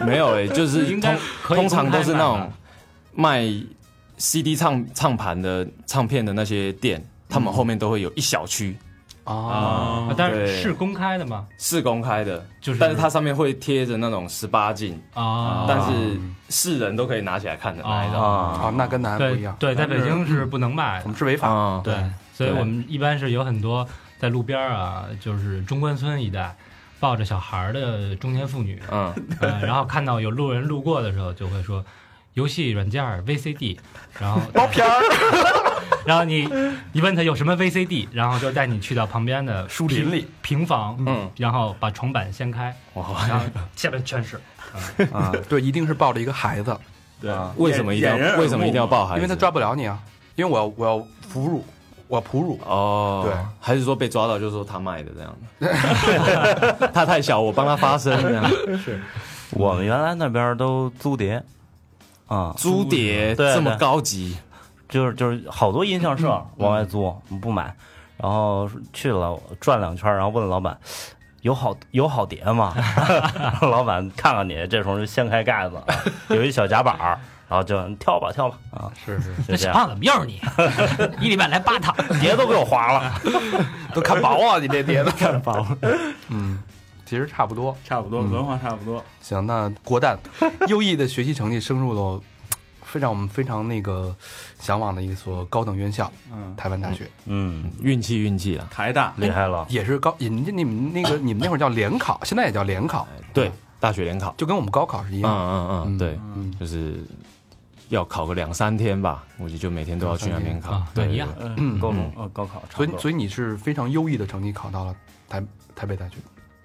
Speaker 4: 没有诶、就
Speaker 5: [laughs]
Speaker 4: 是
Speaker 5: 应该
Speaker 4: 通
Speaker 5: 可以
Speaker 4: 通常都是那
Speaker 5: 公开
Speaker 4: 种
Speaker 5: 吧
Speaker 4: 卖 CD 唱唱盘的唱片的那些店，他
Speaker 2: 嗯
Speaker 4: 们后面都会有一小区
Speaker 2: 啊，
Speaker 5: 啊但是
Speaker 4: 对
Speaker 5: 是公开的嘛，
Speaker 4: 是公开的，
Speaker 5: 就是
Speaker 4: 但是它上面会贴着那种十八禁，
Speaker 5: 啊，
Speaker 4: 但是世人都可以拿起来看的那一种
Speaker 5: 啊
Speaker 2: 啊，那跟南安不一
Speaker 5: 对
Speaker 2: 样，
Speaker 5: 对，在北京
Speaker 4: 嗯
Speaker 5: 是不能卖
Speaker 2: 我
Speaker 5: 的，
Speaker 2: 们是违法
Speaker 4: 啊，
Speaker 5: 对，所以
Speaker 4: 对
Speaker 5: 我们一般是有很多在路边儿啊，就是中关村一带抱着小孩儿的中年妇女，
Speaker 4: 嗯，
Speaker 5: 呃，然后看到有路人路过的时候，就会说游戏软件儿 VCD，然后
Speaker 2: 包片儿
Speaker 5: [laughs] 然后你你问他有什么 VCD，然后就带你去到旁边的
Speaker 2: 树林里
Speaker 5: 平房，
Speaker 4: 嗯，
Speaker 5: 然后把床板掀开，
Speaker 4: 哇
Speaker 5: 然后下面全是，
Speaker 2: 啊，对，一定是抱着一个孩子，
Speaker 3: 对
Speaker 2: 啊
Speaker 4: 为什么一定
Speaker 3: 掩人耳
Speaker 4: 要
Speaker 3: 目
Speaker 4: 为什么一定要抱孩子？
Speaker 2: 因为他抓不了你啊，因为我要我要俘虏，我要哺乳，
Speaker 4: 哦，
Speaker 2: 对，
Speaker 4: 还是说被抓到就说他卖的这样， [laughs] 他太小，我帮他发声这 [laughs] 样，
Speaker 6: 我们原来那边都租碟，啊，
Speaker 4: 租碟
Speaker 6: 对
Speaker 4: 这么
Speaker 6: 对
Speaker 4: 高级，
Speaker 6: 就是就是好多音像社
Speaker 5: 嗯
Speaker 6: 往外租，不买，然后去了转两圈，然后问老板。有好有好碟
Speaker 5: [laughs]
Speaker 6: 吗？然后老板看看你，这时候就掀开盖子，啊有一小夹板儿，然后就跳吧跳吧啊，
Speaker 2: 是是，
Speaker 6: 就
Speaker 7: 那
Speaker 6: 这
Speaker 7: 小
Speaker 6: 样，
Speaker 7: 胖怎么又是你？一礼拜来八趟，
Speaker 6: [laughs] 碟都给我划了。
Speaker 2: [laughs]
Speaker 6: [laughs]
Speaker 2: 都看薄啊，你这碟子看薄，嗯，其实差不多。
Speaker 3: 差不多，文化差不多。
Speaker 2: 行，那国蛋 [laughs] 优异的学习成绩升入了非常我们非常那个向往的一所高等院校
Speaker 3: 嗯
Speaker 2: ——台湾大学，
Speaker 6: 嗯，
Speaker 4: 运气运气啊啦，
Speaker 3: 台大
Speaker 6: 厉害了，
Speaker 2: 也是高，你们你们那个你们那会儿叫联考， [coughs] 现在也叫联考，
Speaker 4: 对，大学联考。
Speaker 2: 就跟我们高考是一
Speaker 4: 哎嗯
Speaker 2: 样。
Speaker 4: 嗯
Speaker 2: 嗯
Speaker 4: 嗯，对，
Speaker 2: 嗯
Speaker 4: 就是要考个两三天吧，估计就每天都要去那边考
Speaker 5: 啊。那
Speaker 4: 嗯对，
Speaker 5: 一样
Speaker 4: 对
Speaker 6: 嗯，高中呃高考差
Speaker 2: 所
Speaker 6: 不
Speaker 2: 以
Speaker 6: 多，
Speaker 2: 所以你是非常优异的成绩考到了台台北大学、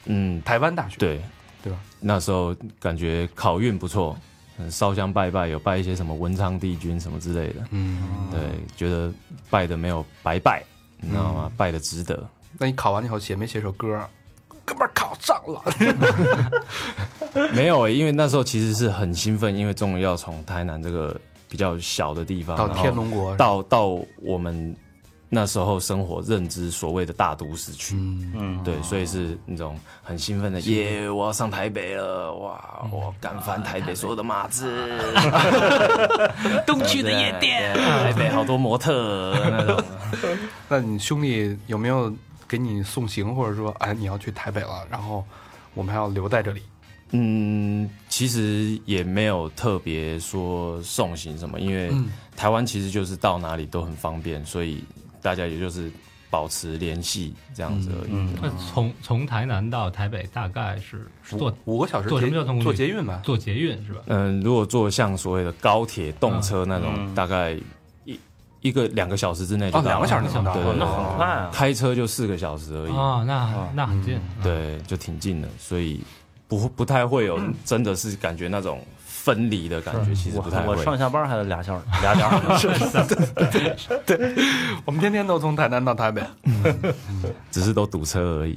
Speaker 4: 嗯，
Speaker 2: 台湾大学，
Speaker 4: 对，
Speaker 2: 对吧？
Speaker 4: 那时候感觉考运不错，嗯，烧香拜拜有拜一些什么文昌帝君什么之类的，
Speaker 2: 嗯，
Speaker 4: 对，觉得拜的没有白拜，你知道吗？
Speaker 2: 嗯
Speaker 4: 拜的值得。 [laughs]
Speaker 2: 那你考完以后写没写首歌啊？哥们儿考上了，
Speaker 4: 没有、欸因为那时候其实是很兴奋，因为终于要从台南这个比较小的地方
Speaker 2: 到
Speaker 4: 啊然后
Speaker 2: 天龙国，
Speaker 4: 到到我们那时候生活认知所谓的大都市去，
Speaker 2: 嗯，
Speaker 6: 嗯，
Speaker 4: 对，所以是那种很兴奋的，耶！我要上台北了，
Speaker 2: 嗯
Speaker 4: 哇！我干翻台北所有的码子，
Speaker 7: 东区的夜店。
Speaker 4: 啊对，台北好多模特那种。
Speaker 2: 那你兄弟有没有给你送行，或者说，哎，你要去台北了，然后我们还要留在这里？
Speaker 4: [laughs] 嗯，其实也没有特别说送行什么，因为
Speaker 2: 嗯
Speaker 4: 台湾其实就是到哪里都很方便，所以大家也就是保持联系这样子而已。
Speaker 2: 嗯
Speaker 5: 那从从台南到台北大概是是坐
Speaker 2: 五个小时
Speaker 5: 坐什么
Speaker 2: 捷
Speaker 5: 交通工具
Speaker 2: 坐捷运吧，
Speaker 5: 坐捷运是吧？
Speaker 4: 嗯，如果坐像所谓的高铁、动
Speaker 2: 嗯
Speaker 4: 车那种，大概一一个两个小时之内就
Speaker 2: 哦，
Speaker 4: 到了。
Speaker 2: 两个小时就到
Speaker 4: 对
Speaker 6: 哦
Speaker 4: 对对
Speaker 6: 那
Speaker 2: 了。
Speaker 6: 很快啊，
Speaker 4: 开车就四个小时而已，
Speaker 5: 啊，那那很近，
Speaker 2: 嗯
Speaker 5: 啊，
Speaker 4: 对，就挺近的，所以不不太会有
Speaker 2: 嗯
Speaker 4: 真的是感觉那种分离的感觉，其实
Speaker 6: 我
Speaker 4: 不太
Speaker 6: 我
Speaker 4: 会。
Speaker 6: 上下班还得俩小时 [laughs] 俩点儿，
Speaker 2: 我们天天都从台南到台北，
Speaker 4: 只是都堵车而已。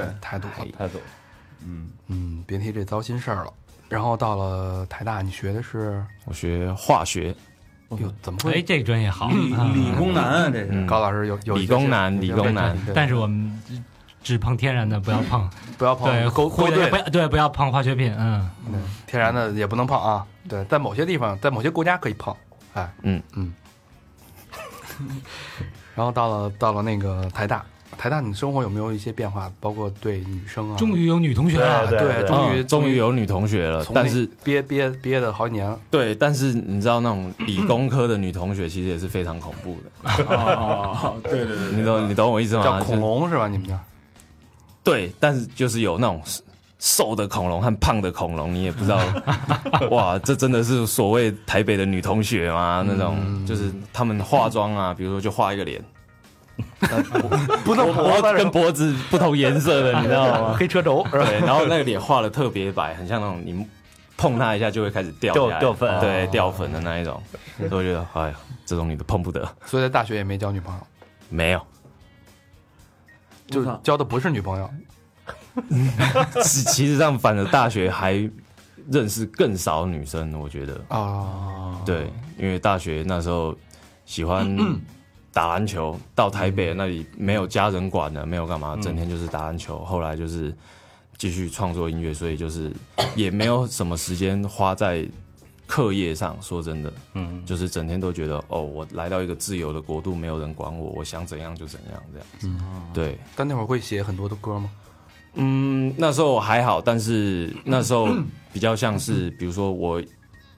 Speaker 2: 对，太堵了。
Speaker 6: 太多。
Speaker 2: 嗯，别提这糟心事儿了。然后到了台大，你学的是，
Speaker 4: 我学化学，
Speaker 2: 哟，怎么
Speaker 5: 哎，
Speaker 2: 会？
Speaker 5: 这个专业好，
Speaker 3: 理
Speaker 5: 啊
Speaker 3: 理工男啊，这是
Speaker 4: 嗯
Speaker 2: 高老师有有
Speaker 4: 理工男理工男
Speaker 5: 但
Speaker 2: 是
Speaker 5: 是我们只只碰天然的，不要碰，
Speaker 2: 不要碰
Speaker 5: 对，
Speaker 2: 哦勾勾
Speaker 5: 或者
Speaker 2: 兑
Speaker 5: 不要对，不要碰化学品，嗯，
Speaker 2: 对天然的也不能碰啊。对，在某些地方，在某些国家可以碰。哎，
Speaker 4: 嗯
Speaker 2: 嗯。 [laughs] 然后到了到了那个台大，台大你生活有没有一些变化？包括对女生啊，
Speaker 5: 终于有女同学了，
Speaker 6: 对
Speaker 2: 对，终于
Speaker 4: 嗯终于有女同学了
Speaker 2: 从，那
Speaker 4: 但是
Speaker 2: 憋憋憋了好几年了，
Speaker 4: 对，但是你知道那种理工科的女同学其实也是非常恐怖的，
Speaker 3: 哦，对对对，
Speaker 4: 你懂你懂我意思吗？
Speaker 2: 嗯叫
Speaker 4: 啊就是
Speaker 2: 恐龙是吧？你们叫
Speaker 4: 对，但是就是有那种瘦的恐龙和胖的恐龙，你也不
Speaker 2: [laughs]
Speaker 4: 知道，哇，这真的是所谓台北的女同学吗？那种、
Speaker 2: 嗯
Speaker 4: 就是他们化妆啊，比如说就画一个脸，
Speaker 2: 不能
Speaker 4: 脖子跟
Speaker 2: [laughs]
Speaker 4: 脖子不同颜色的，你知道吗？
Speaker 6: [laughs]
Speaker 2: 黑车轴是吧？
Speaker 4: 对，然后那个脸画的特别白，很像那种你碰它一下就会开始掉
Speaker 6: 掉
Speaker 4: 下来
Speaker 6: 掉粉哦
Speaker 4: 对，掉粉的那一种。所以我觉得，哎呀，这种你都碰不得。
Speaker 2: 所以在大学也没交女朋友，
Speaker 4: 没有，
Speaker 2: 就
Speaker 3: 我
Speaker 2: 是
Speaker 3: 操
Speaker 2: 交的不是女朋友。
Speaker 4: 其其实上反而大学还认识更少女生，我觉得。
Speaker 2: 啊，
Speaker 4: 对，因为大学那时候喜欢打篮球，到台北那里没有家人管的，没有干嘛，整天就是打篮球。后来就是继续创作音乐，所以就是也没有什么时间花在课业上。说真的，
Speaker 6: 嗯，
Speaker 4: 就是整天都觉得哦，我来到一个自由的国度，没有人管我，我想怎样就怎样这样子。对，
Speaker 2: 但那会儿会写很多的歌吗？
Speaker 4: 嗯，那时候还好，但是那时候
Speaker 2: 嗯
Speaker 4: 比较像是，比如说我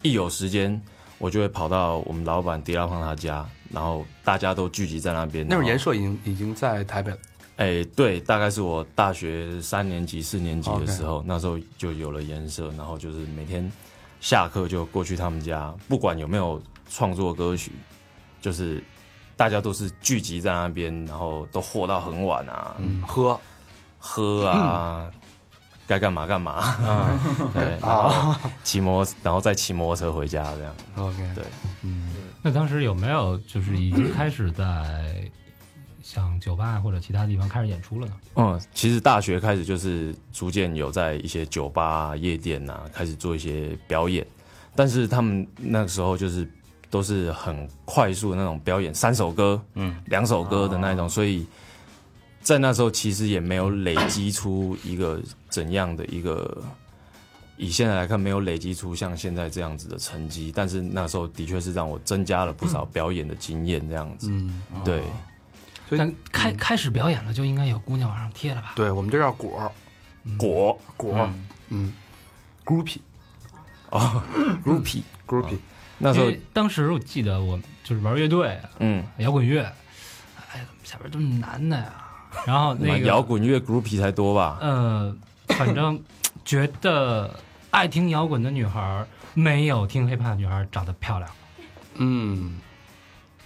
Speaker 4: 一有时间，我就会跑到我们老板迪拉胖他家，然后大家都聚集在那边。
Speaker 2: 那会儿
Speaker 4: 然后
Speaker 2: 严，硕已经已经在台北了。
Speaker 4: 哎、对，大概是我大学三年级、四年级的
Speaker 2: 哦
Speaker 4: 时候那时候就有了颜色，然后就是每天下课就过去他们家，不管有没有创作歌曲，就是大家都是聚集在那边，然后都和到很晚啊，
Speaker 2: 嗯，喝
Speaker 4: 喝啊，该干嘛干嘛， [laughs] 对，然后骑摩，然后再骑摩托车回家这样。
Speaker 2: ，OK，
Speaker 4: 对，
Speaker 5: 那当时有没有就是已经开始在像酒吧或者其他地方开始演出了呢？
Speaker 4: 嗯，其实大学开始就是逐渐有在一些酒吧啊、夜店啊开始做一些表演，但是他们那个时候就是都是很快速的那种表演，三首歌，嗯，两首歌的那种，所以在那时候其实也没有累积出一个怎样的一个，以现在来看没有累积出像现在这样子的成绩，但是那时候的确是让我增加了不少表演的经验，这样子，
Speaker 2: 嗯，
Speaker 4: 对。
Speaker 2: 所以
Speaker 5: 但开开始表演了，就应该有姑娘往上贴了吧？
Speaker 2: 对我们这叫果儿
Speaker 4: 果
Speaker 2: 果儿，嗯，groupie 嗯
Speaker 4: 哦，
Speaker 2: groupie groupie，
Speaker 4: 那时
Speaker 5: 因
Speaker 4: 候
Speaker 5: 为当时我记得我就是玩乐队，
Speaker 4: 嗯。
Speaker 5: 摇滚乐，哎，怎么下边都是男的呀？然后那
Speaker 4: 那
Speaker 5: 个
Speaker 4: 摇，滚乐 groupie 才多吧？
Speaker 5: 呃，反正觉得爱听摇滚的女孩儿没有听 hiphop 的女孩儿长得漂亮。
Speaker 2: 嗯。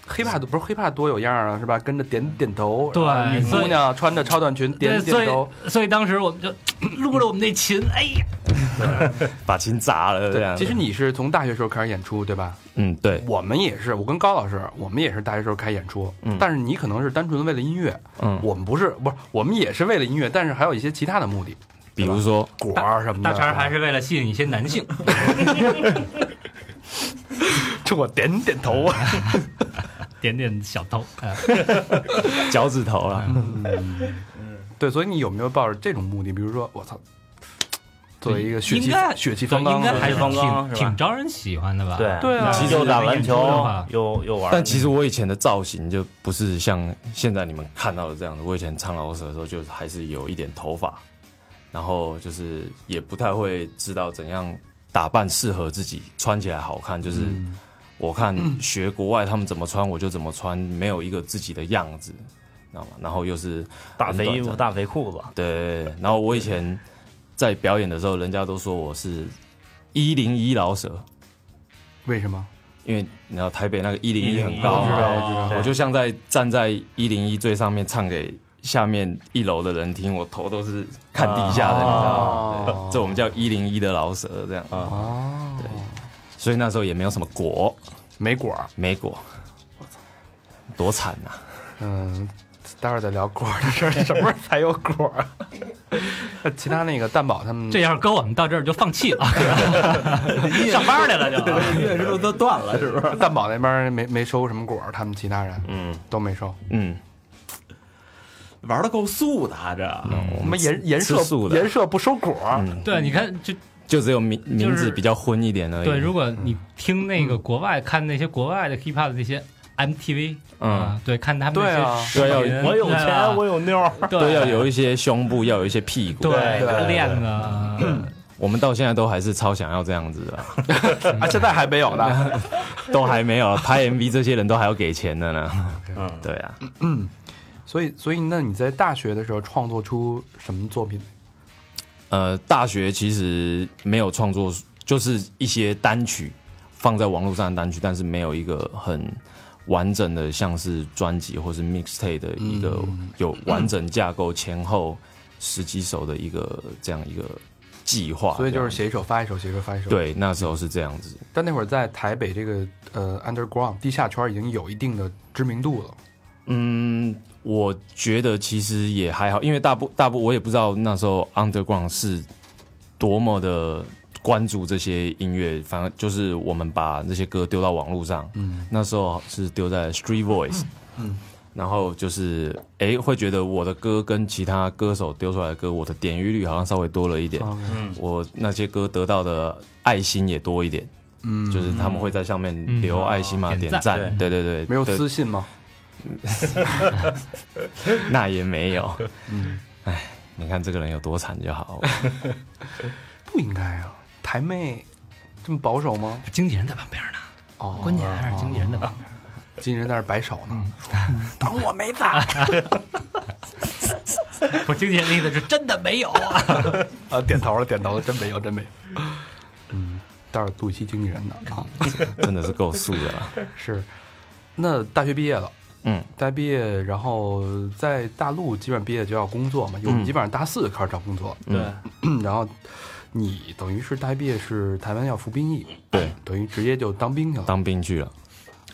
Speaker 2: 黑怕不是黑怕多有样儿啊，是吧？跟着点点头，
Speaker 5: 对
Speaker 2: 然后女
Speaker 5: 所以
Speaker 2: 姑娘穿着超短裙
Speaker 5: 对，
Speaker 2: 点
Speaker 5: 所
Speaker 2: 点头，
Speaker 5: 以所以当时我们就录了我们那琴，哎呀，
Speaker 4: 把琴砸了这样。
Speaker 2: 其实你是从大学时候开始演出，对吧？
Speaker 4: 嗯，对，
Speaker 2: 我们也是，我跟高老师，我们也是大学时候开演出，
Speaker 4: 嗯
Speaker 2: 但是你可能是单纯的为了音乐，
Speaker 4: 嗯，
Speaker 2: 我们不是，不是，我们也是为了音乐，但是还有一些其他的目的，
Speaker 4: 比如说，
Speaker 2: 果儿什么的。
Speaker 5: 大肠还是为了吸引一些男性。
Speaker 2: 冲我点点头，
Speaker 5: 点点小头，哎
Speaker 4: 脚趾头啦，
Speaker 2: 嗯对，所以你有没有抱着这种目的？比如说，我操，作为一个血
Speaker 5: 应
Speaker 2: 气
Speaker 5: 该
Speaker 2: 血气
Speaker 5: 对
Speaker 2: 方刚
Speaker 5: 应
Speaker 2: 的
Speaker 5: 该
Speaker 2: 人，
Speaker 5: 还是
Speaker 6: 方刚
Speaker 5: 挺
Speaker 6: 是吧
Speaker 5: 挺招人喜欢的吧？
Speaker 6: 对
Speaker 2: 对啊
Speaker 5: 那
Speaker 2: 其实
Speaker 6: 又打篮
Speaker 5: 演出的
Speaker 6: 球
Speaker 5: 话，
Speaker 6: 又又玩那个，
Speaker 4: 但其实我以前的造型就不是像现在你们看到的这样的。我以前唱老舍的时候，就还是有一点头发，然后就是也不太会知道怎样打扮适合自己，穿起来好看。就是我看学国外他们怎么穿，我就怎么穿，没有一个自己的样子，知道吗？然后又是
Speaker 6: 大肥衣
Speaker 4: 很短
Speaker 6: 服、
Speaker 4: 暂
Speaker 6: 大肥裤子，
Speaker 4: 对，然后我以前在表演的时候，人家都说我是一零一老舍，
Speaker 2: 为什么？
Speaker 4: 因为你知道台北那个一零一很
Speaker 6: 哦
Speaker 4: 高
Speaker 2: 嗯我知
Speaker 4: 嘛，
Speaker 2: 道，我知道。
Speaker 6: 对
Speaker 4: 我就像在站在一零一最上面唱给下面一楼的人听，我头都是看底下的，你知
Speaker 2: 哦？
Speaker 4: 道吗对这我们叫一零一的老舍这样，
Speaker 2: 哦，
Speaker 4: 所以那时候也没有什么果，
Speaker 2: 没果儿，
Speaker 4: 没果，多惨呐、啊！
Speaker 2: 嗯，待会儿再聊果儿的事儿，什么时候才有果儿？那其他那个蛋宝他们
Speaker 5: 这要是跟我们到这儿就放弃了，上班去了就。
Speaker 3: 音乐之路都断了，是不是？
Speaker 2: 蛋宝那边没没收什么果儿，他们其他人
Speaker 4: 嗯
Speaker 2: 都没收。
Speaker 4: 嗯，
Speaker 3: 玩的够素的啊，这
Speaker 2: 我们颜颜
Speaker 4: 嗯吃素
Speaker 2: 社
Speaker 4: 的嗯
Speaker 2: 颜社不收果儿，
Speaker 5: 对，你看，就
Speaker 4: 就只有名名
Speaker 5: 就
Speaker 4: 字
Speaker 5: 是
Speaker 4: 比较荤一点而已。
Speaker 5: 对，如果你听那个国外看那些国外的 hiphop 的那些 MTV，
Speaker 4: 嗯
Speaker 5: 啊，对，看他们
Speaker 2: 对
Speaker 5: 那
Speaker 2: 啊
Speaker 5: 些视频
Speaker 4: 对
Speaker 5: 对吧
Speaker 6: 我有钱，我有妞儿，
Speaker 4: 都
Speaker 5: 对
Speaker 4: 要有一些胸部，要有一些屁股。
Speaker 5: 对练的，
Speaker 4: 我们到现在都还是超想要这样子的， [laughs]
Speaker 2: 啊，现在还没有呢。
Speaker 4: 都还没有啊拍 MV，这些人都还要给
Speaker 2: [laughs]
Speaker 4: 钱的呢。
Speaker 6: 嗯，
Speaker 4: 对啊，
Speaker 2: 所以，所以那你在大学的时候创作出什么作品？
Speaker 4: 呃，大学其实没有创作，就是一些单曲放在网络上的单曲，但是没有一个很完整的，像是专辑或是 mixtape 的一
Speaker 2: 嗯
Speaker 4: 个有完整架构前后十几首的一个这样一个计划，
Speaker 2: 所以就是写一首发一首，写一首发一首。，
Speaker 4: 对，那时候是这样子，
Speaker 2: 但那会儿在台北这个呃 underground 地下圈已经有一定的知名度了。
Speaker 4: 嗯，我觉得其实也还好，因为大部大部我也不知道那时候 Underground 是多么的关注这些音乐，反正就是我们把那些歌丢到网络上，嗯，那时候是丢在 Street Voice，嗯，然后就是哎会觉得我的歌跟其他歌手丢出来的歌，我的点阅率好像稍微多了一点，嗯，我那些歌得到的爱心也多一点。嗯，就是他们会在上面留爱心
Speaker 5: 嗯
Speaker 4: 嘛，点
Speaker 5: 点赞
Speaker 4: 赞，对对对，
Speaker 2: 没有
Speaker 4: 对
Speaker 2: 私信吗？
Speaker 4: [laughs] 那也没有。嗯，哎，你看这个人有多惨就好。 [laughs]
Speaker 2: 不应该啊，台妹这么保守吗？
Speaker 5: 经纪人在旁边呢，
Speaker 2: 哦，
Speaker 5: 关键还是经纪人在旁边。
Speaker 2: 经纪人在那儿摆手呢。
Speaker 5: 不，经纪人的意思是真的没有啊。
Speaker 2: 啊，点头了，点头了，真没有，真没有。嗯，待会儿录一期经纪人的啊。
Speaker 4: 真的是够素的了。 [laughs]
Speaker 2: 是，那大学毕业了。
Speaker 4: 嗯，
Speaker 2: 大学毕业，然后在大陆基本上毕业就要工作嘛，有
Speaker 4: 嗯
Speaker 2: 基本上大四开始找工作，
Speaker 3: 对，
Speaker 2: [clears throat] 然后你等于是大学毕业是台湾要服兵役，
Speaker 4: 对，
Speaker 2: 等于直接就当兵去了。
Speaker 4: 当兵去了，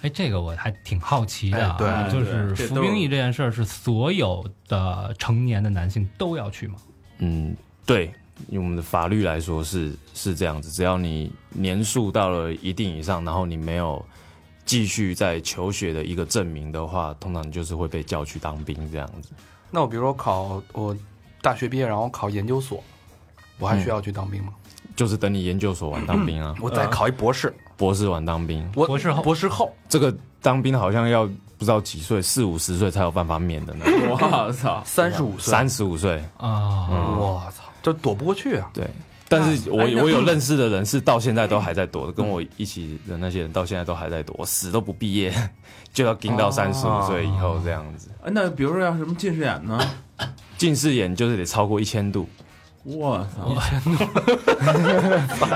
Speaker 5: 哎，这个我还挺好奇的啊，
Speaker 2: 哎
Speaker 3: 对
Speaker 5: 就是
Speaker 3: 这
Speaker 5: 服
Speaker 3: 都是
Speaker 5: 兵役这件事儿是所有的成年的男性都要去吗？
Speaker 4: 嗯，对，以我们的法律来说是是这样子，只要你年数到了一定以上，然后你没有继续在求学的一个证明的话，通常就是会被叫去当兵这样子。
Speaker 2: 那我比如说考我大学毕业，然后考研究所，我还
Speaker 4: 嗯
Speaker 2: 需要去当兵吗？
Speaker 4: 就是等你研究所完当兵啊，
Speaker 2: 我再考一博士，
Speaker 4: 博士完当兵，
Speaker 2: 我
Speaker 5: 博士后
Speaker 2: 呃博士后，
Speaker 4: 这个当兵好像要不知道几岁，四五十岁才有办法免的呢，
Speaker 3: 我操，
Speaker 2: 三十五岁，
Speaker 4: 三十五岁。
Speaker 5: 啊，
Speaker 4: 嗯
Speaker 2: 我操，这躲不过去啊！
Speaker 4: 对，但是
Speaker 5: 哎
Speaker 4: 我
Speaker 5: 嗯
Speaker 4: 我有认识的人是到现在都还在躲，跟我一起的那些人到现在都还在躲，死都不毕业， [laughs] 就要盯到三十
Speaker 5: 哦
Speaker 4: 五岁以后这样子。
Speaker 3: 哎那比如说要什么近视眼呢？
Speaker 4: 近视眼就是得超过一
Speaker 5: [laughs]
Speaker 4: 千度，
Speaker 3: 我操，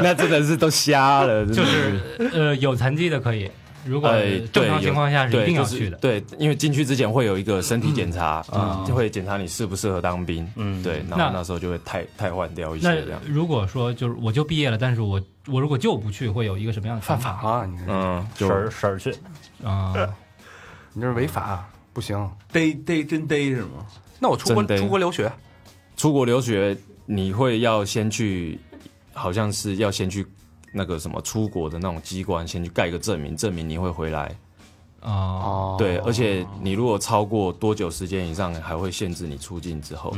Speaker 4: 那真的是都瞎了，真的
Speaker 5: 就是呃有残疾的可以，如果
Speaker 4: 呃，
Speaker 5: 正
Speaker 4: 对，
Speaker 5: 常
Speaker 4: 有
Speaker 5: 情况下是一
Speaker 4: 对
Speaker 5: 定要
Speaker 4: 就是
Speaker 5: 去的。嗯
Speaker 4: 对，因为进去之前会有一个身体检查，嗯就会检查你适不适合当兵。嗯，对，然
Speaker 5: 那
Speaker 4: 后那时候就会汰汰换掉一些这样
Speaker 5: 那。如果说就是我就毕业了，但是我我如果就不去，会有一个什么样的
Speaker 2: 犯
Speaker 5: 想
Speaker 2: 法啊
Speaker 5: 法
Speaker 2: 了，你这
Speaker 4: 嗯，就
Speaker 6: 婶儿婶儿去，
Speaker 5: 啊？
Speaker 2: 你这是违法，啊不行。
Speaker 3: 逮逮真逮是吗？
Speaker 2: 那我出国
Speaker 4: 真的
Speaker 2: 出国留学，
Speaker 4: 出国留学，你会要先去，好像是要先去那个什么出国的那种机关，先去盖个证明，证明你会回来。
Speaker 5: 啊，
Speaker 2: 哦，
Speaker 4: 对，而且你如果超过多久时间以上，还会限制你出境之后。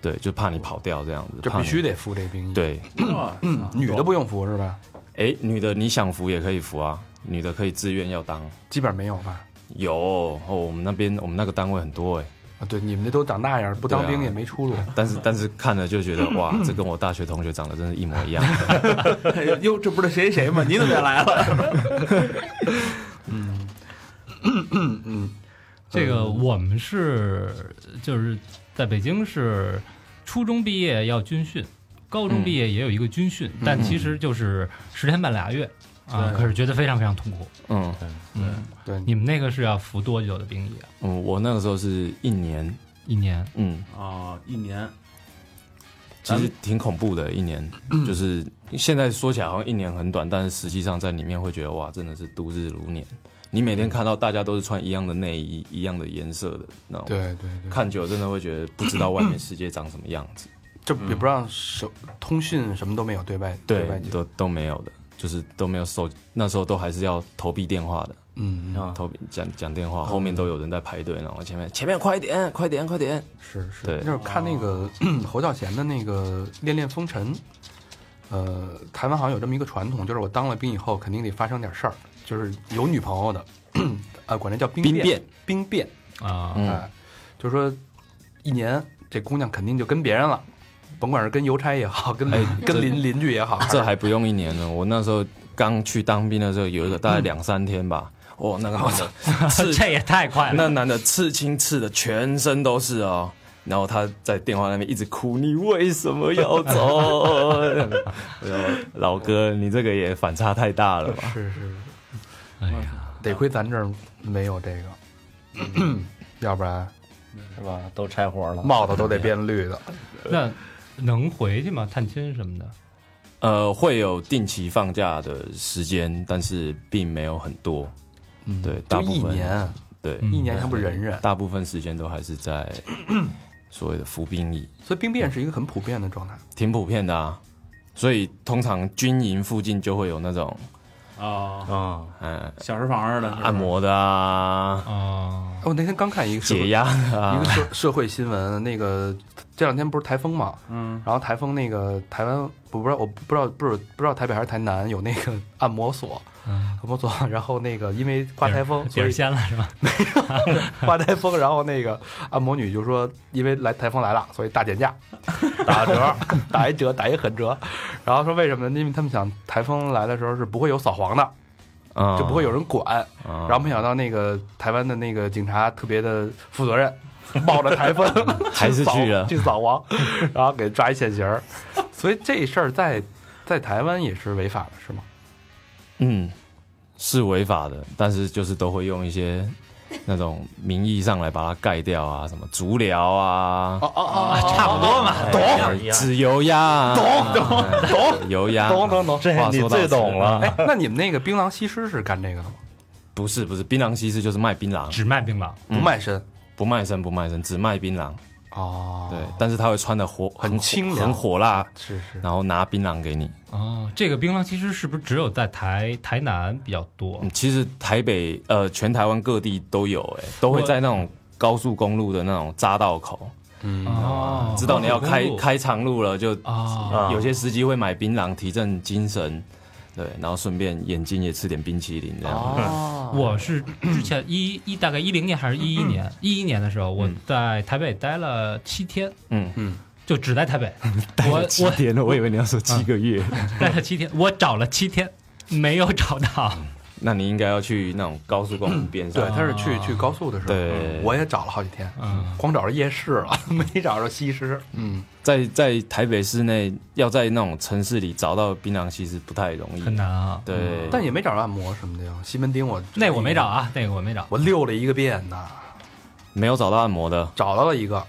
Speaker 4: 对，就怕你跑掉这样子。
Speaker 2: 这嗯
Speaker 4: 怕
Speaker 2: 必
Speaker 4: 你
Speaker 2: 须。得服这兵役。，啊
Speaker 4: 对，
Speaker 3: 我操
Speaker 2: 女的不用服是吧？
Speaker 4: 哎，女的你想服也可以服啊，女的可以自愿要当。
Speaker 2: 基本上没有吧？
Speaker 4: 有哦，我们那边我们那个单位很多哎，
Speaker 2: 啊，对，你们这都长那样，不当
Speaker 4: 对啊
Speaker 2: 兵也没出路。[laughs]
Speaker 4: 但是但是看了就觉得哇，这跟我大学同学长得真是一模一样。
Speaker 3: 哎哟，这不是谁谁吗？你怎么也来了？
Speaker 5: 这个我们是就是在北京是初中毕业要军训，高中毕业也有一个军训，但其实就是十天半俩月啊，可是觉得非常非常痛苦。
Speaker 4: 嗯
Speaker 2: 对，
Speaker 5: 你们那个是要服多久的兵役啊？
Speaker 4: 嗯，我那个时候是一年，
Speaker 5: 一年？
Speaker 4: 嗯，
Speaker 3: 哦，一年，
Speaker 4: 其实挺恐怖的，一年、
Speaker 2: 嗯
Speaker 4: 就是现在说起来好像一年很短，但是实际上在里面会觉得哇，真的是度日如年。你每天看到大家都是穿一样的内衣、一样的颜色的那种，
Speaker 2: 对对对，
Speaker 4: 看久了真的会觉得不知道外面世界长什么样子，
Speaker 2: 这也不让手通讯什么都没有，对外
Speaker 4: 嗯对
Speaker 2: 外，界。
Speaker 4: 都都没有的，就是都没有手，那时候都还是要投币电话的，
Speaker 2: 嗯，啊
Speaker 6: 啊
Speaker 4: 投币讲讲电话，后面都有人在排队，然后前面前面快点，快点，快点，
Speaker 2: 是是，
Speaker 4: 对
Speaker 2: 那会儿看那
Speaker 4: [clears throat]
Speaker 2: 个侯孝贤的那个《恋恋风尘》，呃，台湾好像有这么一个传统，就是我当了兵以后肯定得发生点事儿，就是有女朋友的， [clears throat] 啊，管这叫兵
Speaker 4: 兵
Speaker 2: 变
Speaker 4: 变，
Speaker 2: 兵变，
Speaker 5: 啊，
Speaker 4: 嗯
Speaker 2: 哎，就是说一年这姑娘肯定就跟别人了，甭管是跟邮差也好，跟邻、跟邻邻居也好，
Speaker 4: 哎 [laughs] 这还不用一年呢，我那时候刚去当兵的时候，有一个大概两三天吧，哦，那个好像刺
Speaker 2: [laughs]
Speaker 5: 这也太快了。
Speaker 4: 那男的刺青刺的全身都是哦，然后他在电话那边一直哭，你为什么要走？ [laughs] 我说老哥，你这个也反差太大了吧？
Speaker 2: 是是，
Speaker 5: 哎呀，
Speaker 2: 得亏咱这儿没有这个， [clears throat] 要不然
Speaker 4: 嗯
Speaker 6: 是吧？都拆活了，
Speaker 2: 帽子都得变绿的。
Speaker 5: [laughs] 那能回去吗？探亲什么的？
Speaker 4: 呃，会有定期放假的时间，但是并没有很多。
Speaker 2: 嗯
Speaker 4: 对，大
Speaker 2: 就
Speaker 4: 部
Speaker 2: 一
Speaker 4: 分
Speaker 2: 年，
Speaker 4: 对，
Speaker 5: 嗯
Speaker 2: 一年还不啊忍忍。
Speaker 4: 大部分时间都还是
Speaker 2: [clears throat]
Speaker 4: 在所谓的服兵役，
Speaker 2: 所以兵变是一个很普遍的状态。
Speaker 4: 挺普遍的啊。所以通常军营附近就会有那种
Speaker 3: 啊，
Speaker 6: 啊，
Speaker 4: 嗯
Speaker 3: 小时房似的，
Speaker 4: 按摩的啊、
Speaker 5: 哦，
Speaker 2: 我那天刚看一个社
Speaker 4: 解
Speaker 2: 会
Speaker 4: 压的
Speaker 2: 一个
Speaker 4: 啊，
Speaker 2: 社社会新闻，那个这两天不是台风嘛，
Speaker 3: 嗯，
Speaker 2: 然后台风那个台湾，我不知道，我不知道，不是不知道台北还是台南有那个 [laughs] 按摩所，
Speaker 5: 嗯，
Speaker 2: 按摩所，然后那个因为刮台风，
Speaker 5: 别
Speaker 2: 所
Speaker 5: 人
Speaker 2: 以
Speaker 5: 先了是吧？
Speaker 2: [laughs] 刮台风，然后那个按摩女就说，因为来台风来了，所以大减
Speaker 4: [laughs]
Speaker 2: 价，打折，打一折，打一狠折，然后说为什么呢？因为他们想台风来的时候是不会有扫黄的，
Speaker 4: 啊
Speaker 2: 就不会有人管，
Speaker 4: 啊
Speaker 2: 然后没想到那个台湾的那个警察特别的负责任，冒着台风
Speaker 4: 还是
Speaker 2: 扫
Speaker 4: 去
Speaker 2: [laughs]
Speaker 4: 了
Speaker 2: 去扫黄，然后给抓一现行儿。所以这事儿在在台湾也是违法的，是吗？
Speaker 4: 嗯，是违法的，但是就是都会用一些那种名义上来把它盖掉啊，什么足疗啊、
Speaker 2: 哦哦
Speaker 7: 差不多嘛，
Speaker 6: 懂
Speaker 4: 指油压啊、懂懂懂油压，
Speaker 2: 懂懂懂。
Speaker 6: 这
Speaker 4: 话说
Speaker 6: 你
Speaker 4: 到
Speaker 6: 最
Speaker 4: 此
Speaker 6: 懂了。
Speaker 2: 哎，那你们那个槟榔西施是干这个的吗？
Speaker 4: 不是不是，槟榔西施就是卖槟榔，
Speaker 5: 只卖槟榔，
Speaker 2: 不
Speaker 4: 嗯
Speaker 2: 卖身
Speaker 4: 不卖身不卖身，只卖槟榔。
Speaker 2: 哦
Speaker 4: 对，但是他会穿的火
Speaker 2: 很清凉
Speaker 4: 很火辣，
Speaker 2: 是是
Speaker 4: 然后拿槟榔给你。
Speaker 5: 哦，这个槟榔其实是不是只有在台台南比较多？
Speaker 4: 嗯，其实台北呃，全台湾各地都有、哎，都会
Speaker 5: 我
Speaker 4: 在那种高速公路的那种匝道口，
Speaker 5: 哦，
Speaker 4: 知道你要
Speaker 5: 高
Speaker 4: 开
Speaker 5: 速公路
Speaker 4: 开长路了，就
Speaker 5: 哦，
Speaker 6: 啊
Speaker 4: 有些司机会买槟榔提振精神，对，然后顺便眼睛也吃点冰淇淋这样。
Speaker 6: [laughs]
Speaker 2: 哦，
Speaker 5: 我是之前一一大概一零年还是一一
Speaker 4: 嗯
Speaker 5: 年，一一年的时候，我在台北待了七天，
Speaker 4: 嗯
Speaker 5: 就只在台
Speaker 4: [laughs]
Speaker 5: 北，我我
Speaker 4: 天了，我以为你要说七个月， [laughs]
Speaker 5: 待了七天，我找了七天，没有找
Speaker 4: [laughs]
Speaker 5: 到。
Speaker 4: 那你应该要去那种高速公路边上
Speaker 2: 对，，他是去去高速的时候，
Speaker 4: 对
Speaker 2: 我也找了好几天，
Speaker 5: 嗯
Speaker 2: 光找着夜市了， [laughs] 没找着西施。嗯，
Speaker 4: 在在台北市内要在那种城市里找到槟榔其实不太容易，
Speaker 5: 很难啊。
Speaker 4: 对，
Speaker 2: 嗯但也没找着按摩什么的呀。西门町我
Speaker 5: 那我没找，啊，那个我没找。
Speaker 2: 我溜了一个遍呢，
Speaker 4: 没有找到按摩的，
Speaker 2: 找到了一个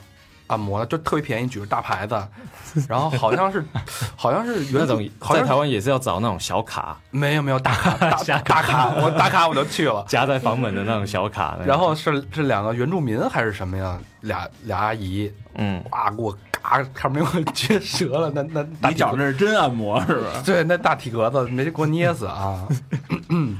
Speaker 2: 按摩的，就特别便宜，举着大牌
Speaker 4: [laughs]
Speaker 2: 子，然后好像是好像是原
Speaker 4: 那种
Speaker 2: 好
Speaker 4: 在
Speaker 2: 像
Speaker 4: 台
Speaker 2: 是
Speaker 4: 湾也是要找那种小卡
Speaker 2: 没有没有大
Speaker 4: [laughs]
Speaker 2: 卡大大卡，我大卡我就去了。
Speaker 4: 夹在房门的那种小卡，
Speaker 2: 然后是是两个原住民还是什么呀？俩俩阿姨，
Speaker 4: 嗯，
Speaker 2: 哇，给我嘎，看没有撅折了，那那大
Speaker 3: 你
Speaker 2: 体
Speaker 3: 找那是真按摩是吧？
Speaker 2: 对那大体格子没给我捏死啊！ [laughs]
Speaker 5: 我在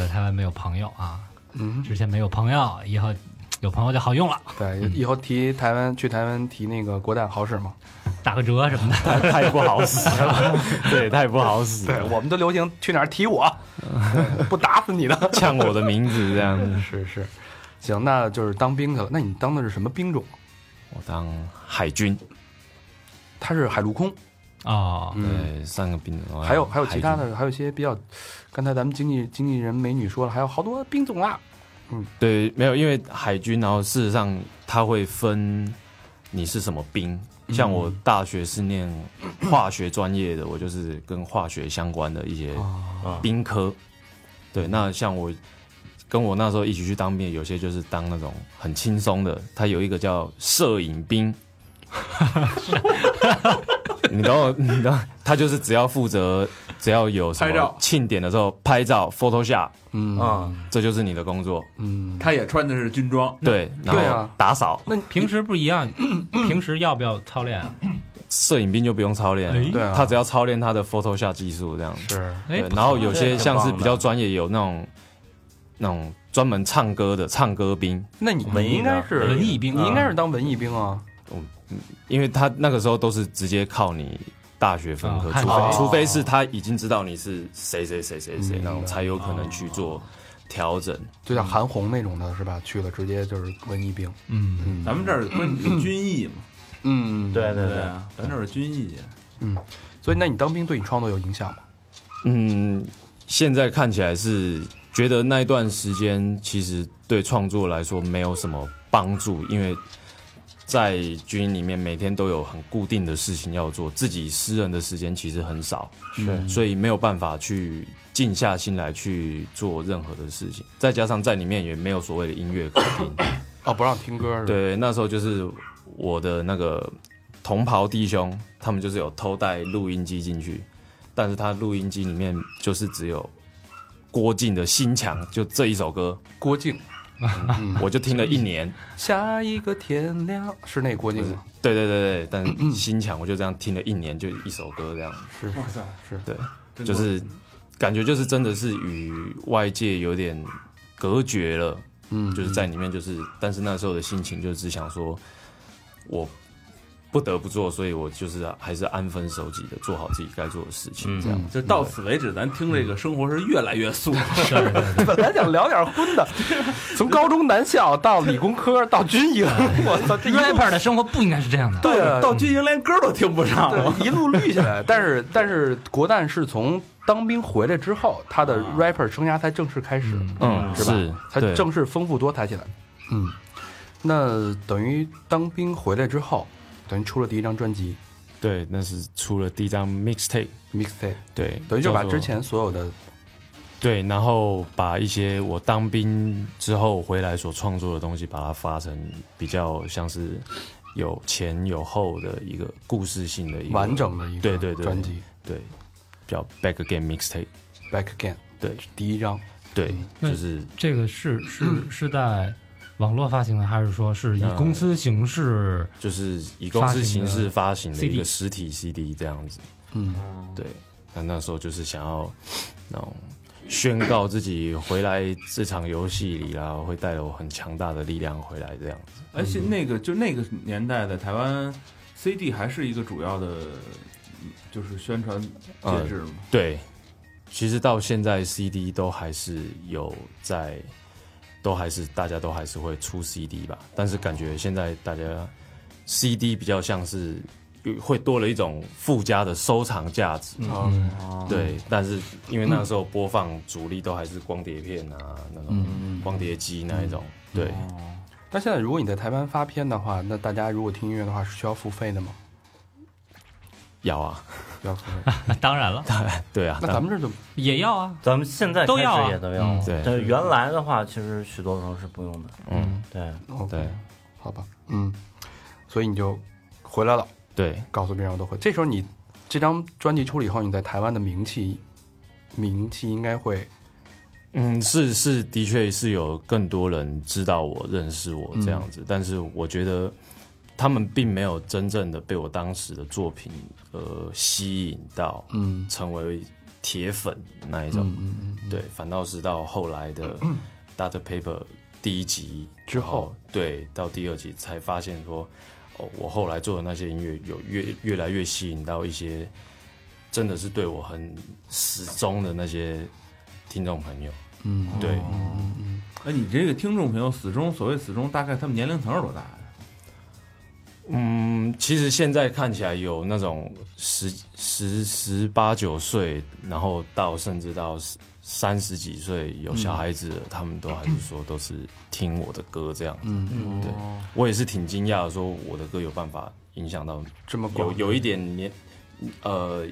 Speaker 5: 呃台湾没有朋友啊，
Speaker 2: 嗯，
Speaker 5: 之前没有朋友，以后有朋友就好用了，
Speaker 2: 对，以后提台湾去台湾提那个国蛋好使吗？
Speaker 5: 打个折什么
Speaker 4: [laughs]
Speaker 5: 的。
Speaker 4: 太太不好使了，
Speaker 6: [laughs]
Speaker 4: 对，太不好使
Speaker 2: 对
Speaker 4: 了，
Speaker 2: 我们都流行去哪儿提我，对不打死你的。
Speaker 4: [laughs] 呛我的名字这样子。
Speaker 2: 是是，行，那就是当兵去了。那你当的是什么兵种？
Speaker 4: 我当海军，
Speaker 2: 他是海陆空，
Speaker 5: 哦，
Speaker 2: 嗯，
Speaker 4: 对，上个兵种
Speaker 2: 还有还有其他，的，还有一些比较，刚才咱们经纪经纪人美女说了，还有好多兵种啊啦。
Speaker 4: 海军对，没有，因为海军，然后事实上它会分你是什么兵。
Speaker 3: 嗯
Speaker 4: 像我大学是念化学专业的，我就是跟化学相关的一些
Speaker 3: 哦
Speaker 6: 啊
Speaker 4: 兵科。对，那像我跟我那时候一起去当兵，有些就是当那种很轻松的，他有一个叫摄影
Speaker 3: [laughs]
Speaker 4: 兵。你懂我，你懂我，他就是只要负责，只要有什
Speaker 3: 拍
Speaker 4: 么
Speaker 3: 照
Speaker 4: 庆典的时候拍照、Photoshop，
Speaker 2: 嗯
Speaker 6: 啊，
Speaker 4: 这就是你的工作。
Speaker 2: 嗯，
Speaker 3: 他也穿的是军装，
Speaker 4: 对，然
Speaker 2: 对
Speaker 4: 后
Speaker 2: 啊
Speaker 4: 打扫，
Speaker 2: 那
Speaker 5: 平时不一
Speaker 4: [coughs]
Speaker 5: 样，平时要不要操练啊？
Speaker 4: 摄影兵就不用操练
Speaker 5: 哎
Speaker 2: 对啊
Speaker 4: 了，他只要操练他的 Photoshop 技术这样子。
Speaker 2: 是
Speaker 5: 哎
Speaker 4: 对，，
Speaker 5: 不
Speaker 4: 然后有些
Speaker 6: 很
Speaker 4: 像是
Speaker 6: 棒
Speaker 4: 比
Speaker 6: 的
Speaker 4: 较专业，有那种那种专门唱歌的唱歌兵，
Speaker 2: 那你
Speaker 6: 文
Speaker 2: 你
Speaker 6: 艺
Speaker 2: 应该
Speaker 6: 的
Speaker 2: 是
Speaker 5: 文艺兵
Speaker 2: 你应该是当文艺兵啊。
Speaker 4: 因为他那个时候都是直接靠你大学分科，
Speaker 5: 哦
Speaker 4: 除非、
Speaker 5: 看
Speaker 2: 你
Speaker 4: 除非是他已经知道你是谁谁谁谁谁
Speaker 2: 嗯
Speaker 4: 那种，才有可能去做调整。
Speaker 2: 就像韩红那种的是吧？去了直接就是文艺兵。
Speaker 5: 嗯，
Speaker 3: 咱们这儿不是有军艺嘛？
Speaker 2: 嗯，
Speaker 6: 对对对，
Speaker 3: 啊，咱这儿有军艺，
Speaker 2: 嗯，所以那你当兵对你创作有影响吗？
Speaker 4: 嗯，现在看起来是觉得那一段时间其实对创作来说没有什么帮助，因为在军营里面每天都有很固定的事情要做，自己私人的时间其实很少，
Speaker 6: 是
Speaker 4: 所以没有办法去静下心来去做任何的事情。再加上在里面也没有所谓的音乐可听，
Speaker 3: 嗯
Speaker 2: 哦，不让听歌是吧？
Speaker 4: 对，那时候就是我的那个同袍弟兄他们就是有偷带录音机进去，但是他录音机里面就是只有郭靖的《心墙》就这一首歌，
Speaker 2: 郭靖，
Speaker 4: 我就听了一年。
Speaker 3: 嗯
Speaker 2: 下一个天亮是那郭靖吗？
Speaker 4: 对对对对，但《心墙》我就这样听了一年，就一首歌这样。
Speaker 2: 是，
Speaker 3: 嗯哇塞，
Speaker 2: 是
Speaker 4: 对，就是感觉就是真的是与外界有点隔绝了。
Speaker 2: 嗯，
Speaker 4: 就是在里面，就是，但是那时候的心情就只想说，我不得不做，所以我就是还是安分守己的做好自己该做的事情，这样。
Speaker 3: 嗯就到此为止，咱听这个生活是越来越素。 [laughs]
Speaker 2: 本来想聊点荤
Speaker 4: [laughs]
Speaker 2: 的，从高中男校到理工科到军
Speaker 4: [laughs]
Speaker 2: 营，我操，这一路
Speaker 5: rapper 的生活不应该是这样的。
Speaker 2: 对
Speaker 4: 嗯
Speaker 2: 啊，
Speaker 3: 到军营连歌都听不上 [laughs] 了。
Speaker 2: 对一路绿下来。但是但是国蛋是从当兵回来之后，他的 rapper 生涯才正式开始，
Speaker 4: 啊嗯，
Speaker 2: 是吧
Speaker 4: 是，
Speaker 2: 才
Speaker 4: 对
Speaker 2: 正式丰富多彩起来。嗯，那等于当兵回来之后，等于出了第一张专辑
Speaker 4: 对，那是出了第一张 mixtape，
Speaker 2: mixtape，
Speaker 4: 对，
Speaker 2: 等于就把
Speaker 4: 叫做
Speaker 2: 之前所有的
Speaker 4: 对，然后把一些我当兵之后回来所创作的东西，把它发成比较像是有前有后的一个故事性的一个
Speaker 2: 完整的一个
Speaker 4: 对对对
Speaker 2: 专辑
Speaker 4: 对，叫 Back Again Mixtape，
Speaker 2: Back Again
Speaker 4: 对
Speaker 2: 第一张，
Speaker 4: 对，
Speaker 5: 那
Speaker 4: 就是
Speaker 5: 这个是
Speaker 2: 嗯
Speaker 5: 是是在网络发行的，还是说是以公司形式？
Speaker 4: 就是以公司形式发行的一哦
Speaker 5: CD
Speaker 4: 个实体 CD 这样子。
Speaker 2: 嗯，
Speaker 4: 对，那那时候就是想要那种宣告自己回来这场游戏里啦，会带有很强大的力量回来这样子。
Speaker 3: 而且哎那个就那个年代的台湾 CD 还是一个主要的，嗯就是宣传
Speaker 4: 啊
Speaker 3: 介质嘛。
Speaker 4: 对，其实到现在 CD 都还是有在，都还是大家都还是会出 CD 吧，但是感觉现在大家 CD 比较像是会多了一种附加的收藏价值。
Speaker 2: 哦
Speaker 3: 嗯，
Speaker 4: 对，但是因为那时候播放主力都还是光碟片啊，那种
Speaker 3: 嗯
Speaker 4: 光碟机那一种，对，
Speaker 2: 但现在如果你在台湾发片的话，那大家如果听音乐的话是需要付费的吗？
Speaker 4: 要啊， [laughs]
Speaker 2: 需要付费。
Speaker 5: 啊当然了，
Speaker 4: 对啊，
Speaker 2: 那
Speaker 4: 但
Speaker 2: 咱们这就
Speaker 5: 也要啊。
Speaker 6: 咱们现在
Speaker 5: 都
Speaker 6: 开始
Speaker 5: 要啊
Speaker 6: 也都
Speaker 5: 嗯
Speaker 6: 要。
Speaker 4: 对
Speaker 6: 但原来的话，其实许多时候是不用的。
Speaker 4: 嗯，
Speaker 6: 对，
Speaker 2: OK，
Speaker 4: 对
Speaker 2: 好吧，嗯，所以你就回来了，
Speaker 4: 对，
Speaker 2: 告诉别人我都回。这时候你这张专辑出了以后，你在台湾的名气，名气应该会
Speaker 4: 嗯，是是，的确是有更多人知道我、认识我这样子，但是我觉得他们并没有真正的被我当时的作品呃吸引到，
Speaker 2: 嗯
Speaker 4: 成为铁粉那一种，
Speaker 2: 嗯嗯嗯
Speaker 4: 对，反倒是到后来的 Data Paper 第一集
Speaker 2: 之后，
Speaker 4: 对，到第二集才发现说，哦，我后来做的那些音乐有越越来越吸引到一些真的是对我很始终的那些听众朋友，
Speaker 2: 嗯
Speaker 4: 对，
Speaker 3: 哎，你这个听众朋友死忠，所谓死忠，大概他们年龄层是多大呀？
Speaker 4: 嗯，其实现在看起来有那种十十十八九岁，然后到甚至到十三十几岁有小孩子了，他们都还是说都是听我的歌这样子。
Speaker 2: 嗯
Speaker 4: 嗯，对，我也是挺惊讶的，说我的歌有办法影响到
Speaker 2: 这么
Speaker 4: 有
Speaker 2: 广
Speaker 4: 有一点年，呃，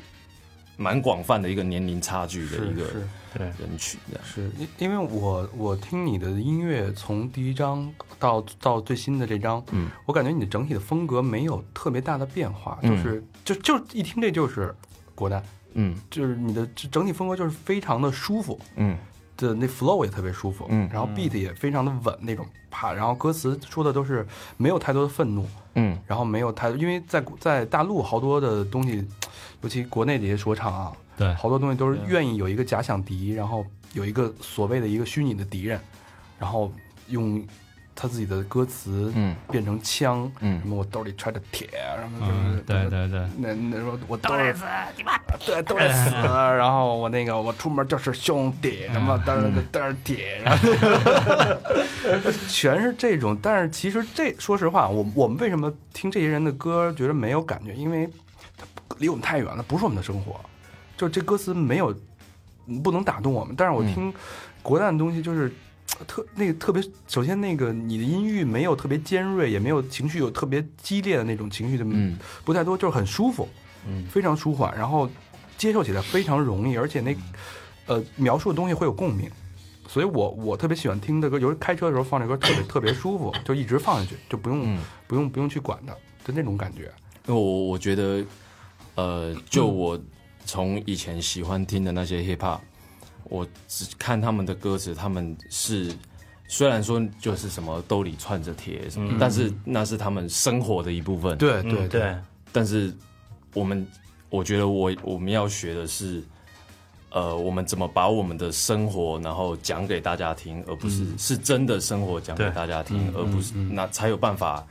Speaker 4: 蛮广泛的一个年龄差距的
Speaker 2: 是
Speaker 4: 一个
Speaker 2: 是
Speaker 4: 人群这样。
Speaker 2: 是，因因为我我听你的音乐从第一张到到最新的这张，
Speaker 4: 嗯，
Speaker 2: 我感觉你的整体的风格没有特别大的变化，
Speaker 4: 嗯
Speaker 2: 就是就就一听这就是国代，
Speaker 4: 嗯
Speaker 2: 就是你的这整体风格就是非常的舒服。
Speaker 4: 嗯
Speaker 2: 的那 flow 也特别舒服，
Speaker 4: 嗯
Speaker 2: 然后 beat 也非常的稳那种，啪，然后歌词说的都是没有太多的愤怒，
Speaker 4: 嗯
Speaker 2: 然后没有太，因为在国在大陆好多的东西，尤其国内这些说唱啊，
Speaker 5: 对
Speaker 2: 好多东西都是愿意有一个假想敌，然后有一个所谓的一个虚拟的敌人，然后用他自己的歌词
Speaker 4: 嗯
Speaker 2: 变成枪，
Speaker 4: 嗯
Speaker 2: 什么我兜里揣着铁，什么
Speaker 5: 嗯，
Speaker 2: 就是
Speaker 5: 对对对，
Speaker 2: 那那时候我都是死，啊对，都是死。然后我那个我出门就是兄弟，什么但是但是铁，然后 [laughs] 全是这种。但是其实这说实话，我我们为什么听这些人的歌觉得没有感觉？因为他离我们太远了，不是我们的生活，就这歌词没有不能打动我们。但是我听国难的东西就是。特那个特别，首先那个你的音域没有特别尖锐，也没有情绪有特别激烈的那种情绪的
Speaker 4: 嗯
Speaker 2: 不太多，就是很舒服，
Speaker 4: 嗯
Speaker 2: 非常舒缓，然后接受起来非常容易，而且那呃描述的东西会有共鸣，所以我我特别喜欢听的歌，尤其开车的时候放这歌特别特别舒服，就一直放下去，就不用、
Speaker 4: 嗯
Speaker 2: 不用不用去管它，就那种感觉。
Speaker 4: 因为我我觉得，呃，就我从以前喜欢听的那些 hip hop，我只看他们的歌词，他们是虽然说就是什么兜里串着铁什么，但是那是他们生活的一部分。，
Speaker 2: 对对
Speaker 6: 嗯，对，
Speaker 4: 但是我们我觉得我我们要学的是。呃，我们怎么把我们的生活，然后讲给大家听，而不是、是真的生活讲给
Speaker 6: 对
Speaker 4: 大家听，而不是、那才有办法，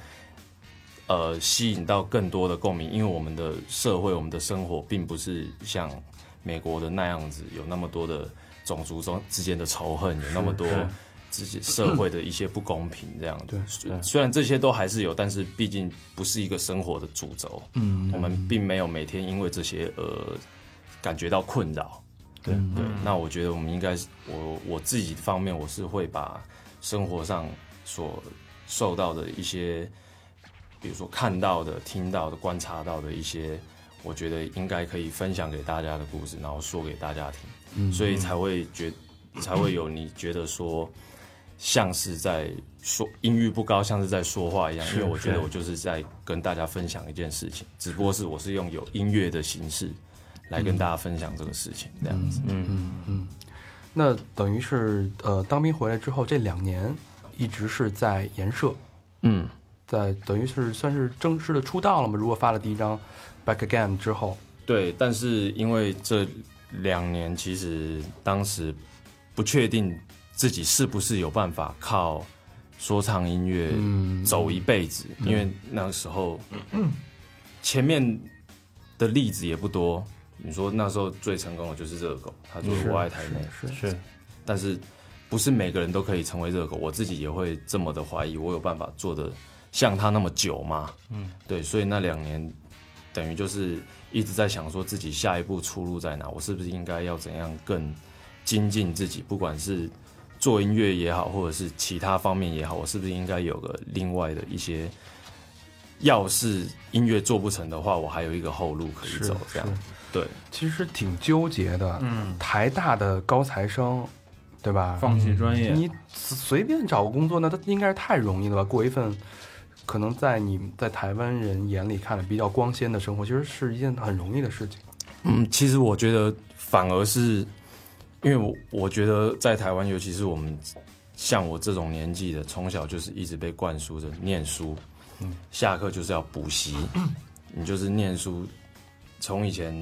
Speaker 4: 呃，吸引到更多的共鸣。因为我们的社会，我们的生活，并不是像美国的那样子，有那么多的种族中之间的仇恨，有那么多
Speaker 6: 是
Speaker 4: 自己社会的一些不公平这样子。
Speaker 2: 对
Speaker 4: 虽虽然这些都还是有，但是毕竟不是一个生活的主轴。嗯，我们并没有每天因为这些呃感觉到困扰。
Speaker 6: 对
Speaker 4: 对，那我觉得我们应该是，我我自己方面，我是会把生活上所受到的一些，比如说看到的、听到的、观察到的一些，我觉得应该可以分享给大家的故事，然后说给大家听，所以才会觉才会有你觉得说像是在说音域不高，像是在说话一样，因为我觉得我就是在跟大家分享一件事情，只不过是我是用有音乐的形式来跟大家分享这个事情，这样子，
Speaker 2: 那等于是呃，当兵回来之后这两年一直是在研社，
Speaker 4: 嗯。
Speaker 2: 在等于是算是正式的出道了嘛？如果发了第一张《Back Again》之后，
Speaker 4: 对，但是因为这两年，其实当时不确定自己是不是有办法靠说唱音乐走一辈子，因为那时候前面的例子也不多。你说那时候最成功的就是热狗，他做我爱台妹，
Speaker 2: 是
Speaker 6: 是
Speaker 4: 但是不是每个人都可以成为热狗，我自己也会这么的怀疑，我有办法做的像他那么久吗？嗯，对，所以那两年等于就是一直在想说自己下一步出路在哪，我是不是应该要怎样更精进自己，不管是做音乐也好，或者是其他方面也好，我是不是应该有个另外的一些。要是音乐做不成的话，我还有一个后路可以走，这样对，
Speaker 2: 其实挺纠结的。嗯，台大的高材生，对吧？
Speaker 3: 放弃专业，
Speaker 2: 你随随便找个工作，那他应该是太容易了吧？过一份可能在你们在台湾人眼里看来比较光鲜的生活，其实是一件很容易的事情。
Speaker 4: 嗯，其实我觉得反而是，因为我我觉得在台湾，尤其是我们像我这种年纪的，从小就是一直被灌输着念书，下课就是要补习，你就是念书。从以前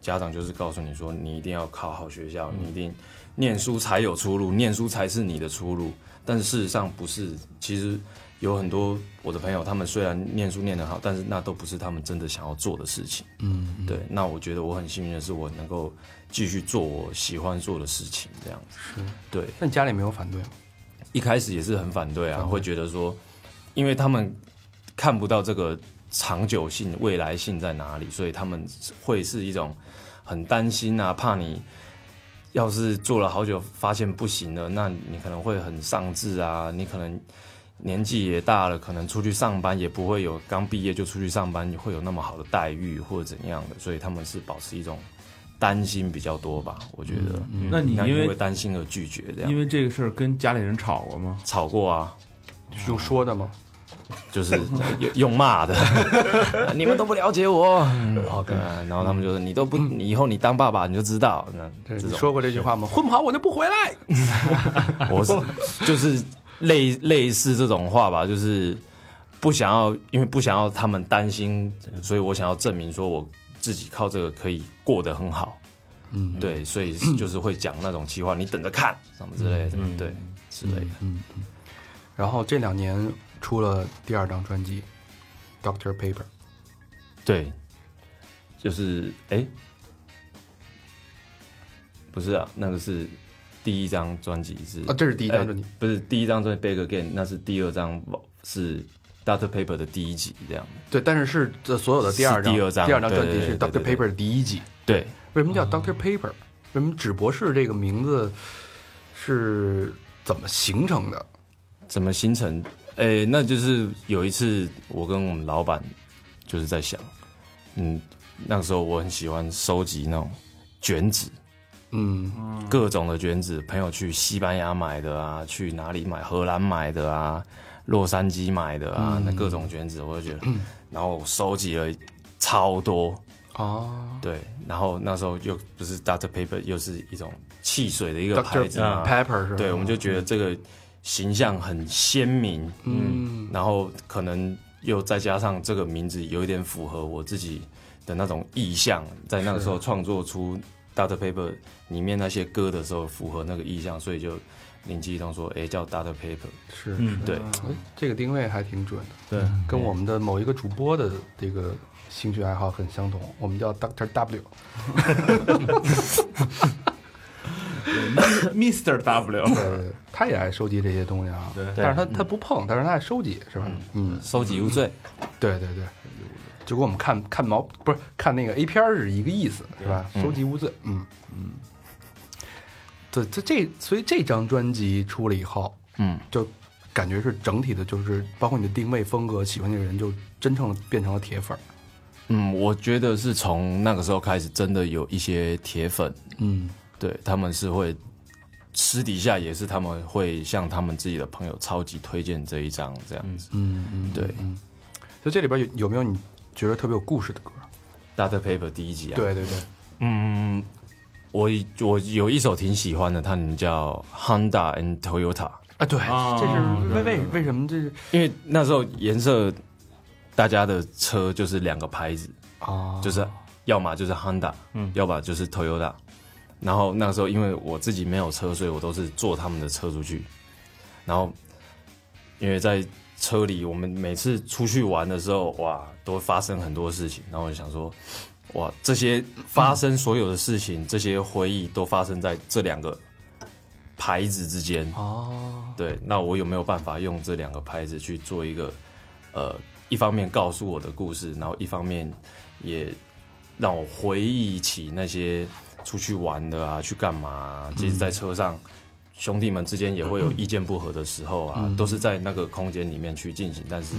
Speaker 4: 家长就是告诉你说，你一定要考好学校，你一定念书才有出路，念书才是你的出路。但事实上不是，其实有很多我的朋友，他们虽然念书念得好，但是那都不是他们真的想要做的事情。
Speaker 2: 嗯
Speaker 4: 对，那我觉得我很幸运的是，我能够继续做我喜欢做的事情，这样子。对，
Speaker 2: 那你家里没有反
Speaker 4: 嗯
Speaker 2: 对吗？
Speaker 4: 一开始也是很反对啊，会觉得说，因为他们看不到这个长久性、未来性在哪里，所以他们会是一种很担心啊，怕你要是做了好久发现不行了，那你可能会很丧志啊，你可能。年纪也大了，可能出去上班也不会有刚毕业就出去上班会有那么好的待遇或者怎样的，所以他们是保持一种担心比较多吧，我觉得。嗯
Speaker 3: 那你
Speaker 4: 那
Speaker 3: 因为
Speaker 4: 担心而拒绝这样
Speaker 3: 因？为这个事儿跟家里人吵过吗？
Speaker 4: 吵过啊，
Speaker 2: 有说的吗？
Speaker 4: 就是用 [laughs] 用骂的，你们都不了解我。OK，然
Speaker 2: 嗯
Speaker 4: 嗯后他们就说你都不，你以后你当爸爸你就知道。那
Speaker 2: 对
Speaker 4: 这
Speaker 2: 你
Speaker 4: 种
Speaker 2: 说过这句话吗？混不好我就不回来。
Speaker 4: 我是就是类类似这种话吧，就是不想要，因为不想要他们担心，所以我想要证明说我自己靠这个可以过得很好。嗯，对，所以就是会讲那种气话，你等着看什么之类
Speaker 2: 嗯
Speaker 4: 的，对之类的。
Speaker 2: 然后这两年出了第二张专辑《Doctor Paper》，
Speaker 4: 对，就是哎、诶不是啊，那个是第一张专辑是
Speaker 2: 啊这是第一张专辑
Speaker 4: 诶不是第一张专辑《Big Again》，那是第二张是《Doctor Paper》的第一集这样。
Speaker 2: 对，但是是这所有的第二张
Speaker 4: 是第二张
Speaker 2: 专辑
Speaker 4: 对
Speaker 2: 是《
Speaker 4: 对对
Speaker 2: Doctor
Speaker 4: 对
Speaker 2: Paper》的第一集。
Speaker 4: 对，
Speaker 2: 为什么叫 Doctor Paper？为什么纸博士这个名字是怎么形成的？
Speaker 4: 怎么形成？诶、那就是有一次我跟我们老板就是在想，嗯，那个时候我很喜欢收集那种卷纸，
Speaker 2: 嗯，
Speaker 4: 各种的卷纸，朋友去西班牙买的啊，去哪里买，荷兰买的 [clears throat] 啊，洛杉矶买的啊，那各种卷纸，我就觉得，然后我收集了超多。
Speaker 2: 哦
Speaker 4: 对，然后那时候又不是 Dr Paper，又是一种汽水的一个牌
Speaker 2: ，Dr.
Speaker 4: 子嘛，
Speaker 2: Pepper 是吧？
Speaker 4: 啊对，我们就觉得这个形象很鲜明，
Speaker 2: 嗯
Speaker 4: 然后可能又再加上这个名字有一点符合我自己的那种意向，在那个时候创作出《Data Paper》里面那些歌的时候，符合那个意向，所以就灵机一动说，哎，叫《Data Paper》。
Speaker 2: 是
Speaker 6: 嗯
Speaker 4: 对，
Speaker 2: 哎，这个定位还挺准的，
Speaker 4: 对，
Speaker 2: 跟我们的某一个主播的这个兴趣爱好很相同。我们叫 Doctor W，
Speaker 3: Mr. W，
Speaker 2: 呃，他也爱收集这些东西啊。
Speaker 3: 对
Speaker 2: 但是他他不碰，但是他爱收集，是吧？嗯，
Speaker 4: 收集无罪。
Speaker 2: 对对对，就跟我们看看毛不是看那个 A 片儿是一个意思，是吧？
Speaker 4: 嗯
Speaker 2: 收集无罪，嗯嗯。对，这这所以这张专辑出了以后，
Speaker 4: 嗯，
Speaker 2: 就感觉是整体的，就是包括你的定位、风格、喜欢这个人，就真正的变成了铁粉儿。
Speaker 4: 嗯，我觉得是从那个时候开始，真的有一些铁粉，
Speaker 2: 嗯
Speaker 4: 对他们是会私底下也是他们会向他们自己的朋友超级推荐这一张这样子。
Speaker 2: 嗯嗯，
Speaker 4: 对
Speaker 2: 嗯。就这里边有有没有你觉得特别有故事的歌？
Speaker 4: Data Paper 第一集啊，，
Speaker 2: 对对对，
Speaker 4: 嗯，我我有一首挺喜欢的，它名叫 Honda and Toyota，
Speaker 2: 啊对，
Speaker 3: 啊
Speaker 2: 这是
Speaker 3: 对对
Speaker 2: 为为
Speaker 3: 对
Speaker 2: 为什么这是
Speaker 4: 因为那时候颜色大家的车就是两个牌子，
Speaker 2: 啊？
Speaker 4: 就是要么就是 Honda，嗯，要么就是 Toyota。然后那时候因为我自己没有车，所以我都是坐他们的车出去。然后因为在车里，我们每次出去玩的时候，哇，都会发生很多事情。然后我就想说，哇，这些发生所有的事情，这些回忆都发生在这两个牌子之间。
Speaker 2: 哦，
Speaker 4: 对，那我有没有办法用这两个牌子去做一个，呃，一方面告诉我的故事，然后一方面也让我回忆起那些出去玩的啊，去干嘛、啊，即使在车上，兄弟们之间也会有意见不合的时候啊，都是在那个空间里面去进行，但是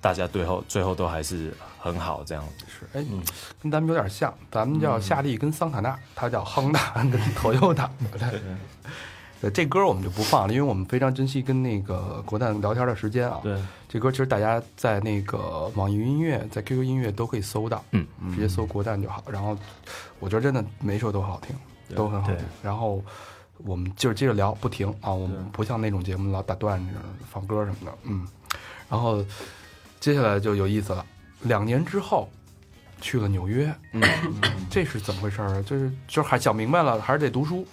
Speaker 4: 大家最后最后都还是很好这样子。
Speaker 2: 是，哎，跟咱们有点像，咱们叫夏利跟桑塔纳，他叫亨达跟 Toyota。对对，这歌我们就不放了，因为我们非常珍惜跟那个国蛋聊天的时间啊。
Speaker 3: 对，
Speaker 2: 这歌其实大家在那个网易云音乐、在 QQ 音乐都可以搜到，
Speaker 4: 嗯，
Speaker 2: 直接搜国蛋就好。然后我觉得真的每首都好听，都很好听
Speaker 6: 对。
Speaker 2: 然后我们就是接着聊，不停啊，我们不像那种节目老打断这种放歌什么的，嗯。然后接下来就有意思了，两年之后去了纽约，
Speaker 4: 嗯
Speaker 2: 这是怎么回事儿啊？就是就是还想明白了，还是得读书，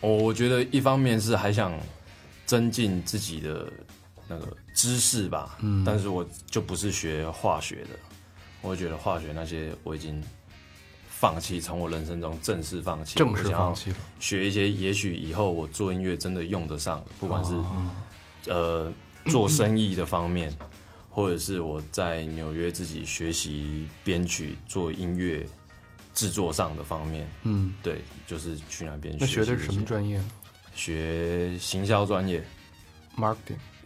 Speaker 4: 我哦我觉得一方面是还想增进自己的那个知识吧，
Speaker 2: 嗯
Speaker 4: 但是我就不是学化学的，我觉得化学那些我已经放弃，从我人生中正式放弃，
Speaker 2: 正式
Speaker 4: 我想要
Speaker 2: 放弃了。
Speaker 4: 学一些，也许以后我做音乐真的用得上，不管是、
Speaker 2: 哦
Speaker 4: 呃做生意的方面，或者是我在纽约自己学习编曲、做音乐制作上的方面，
Speaker 2: 嗯，
Speaker 4: 对，就是去那边
Speaker 2: 那学
Speaker 4: 习
Speaker 2: 的
Speaker 4: 一
Speaker 2: 是什么
Speaker 4: 些
Speaker 2: 专业呢
Speaker 4: 学行销专业，
Speaker 2: ？Marketing。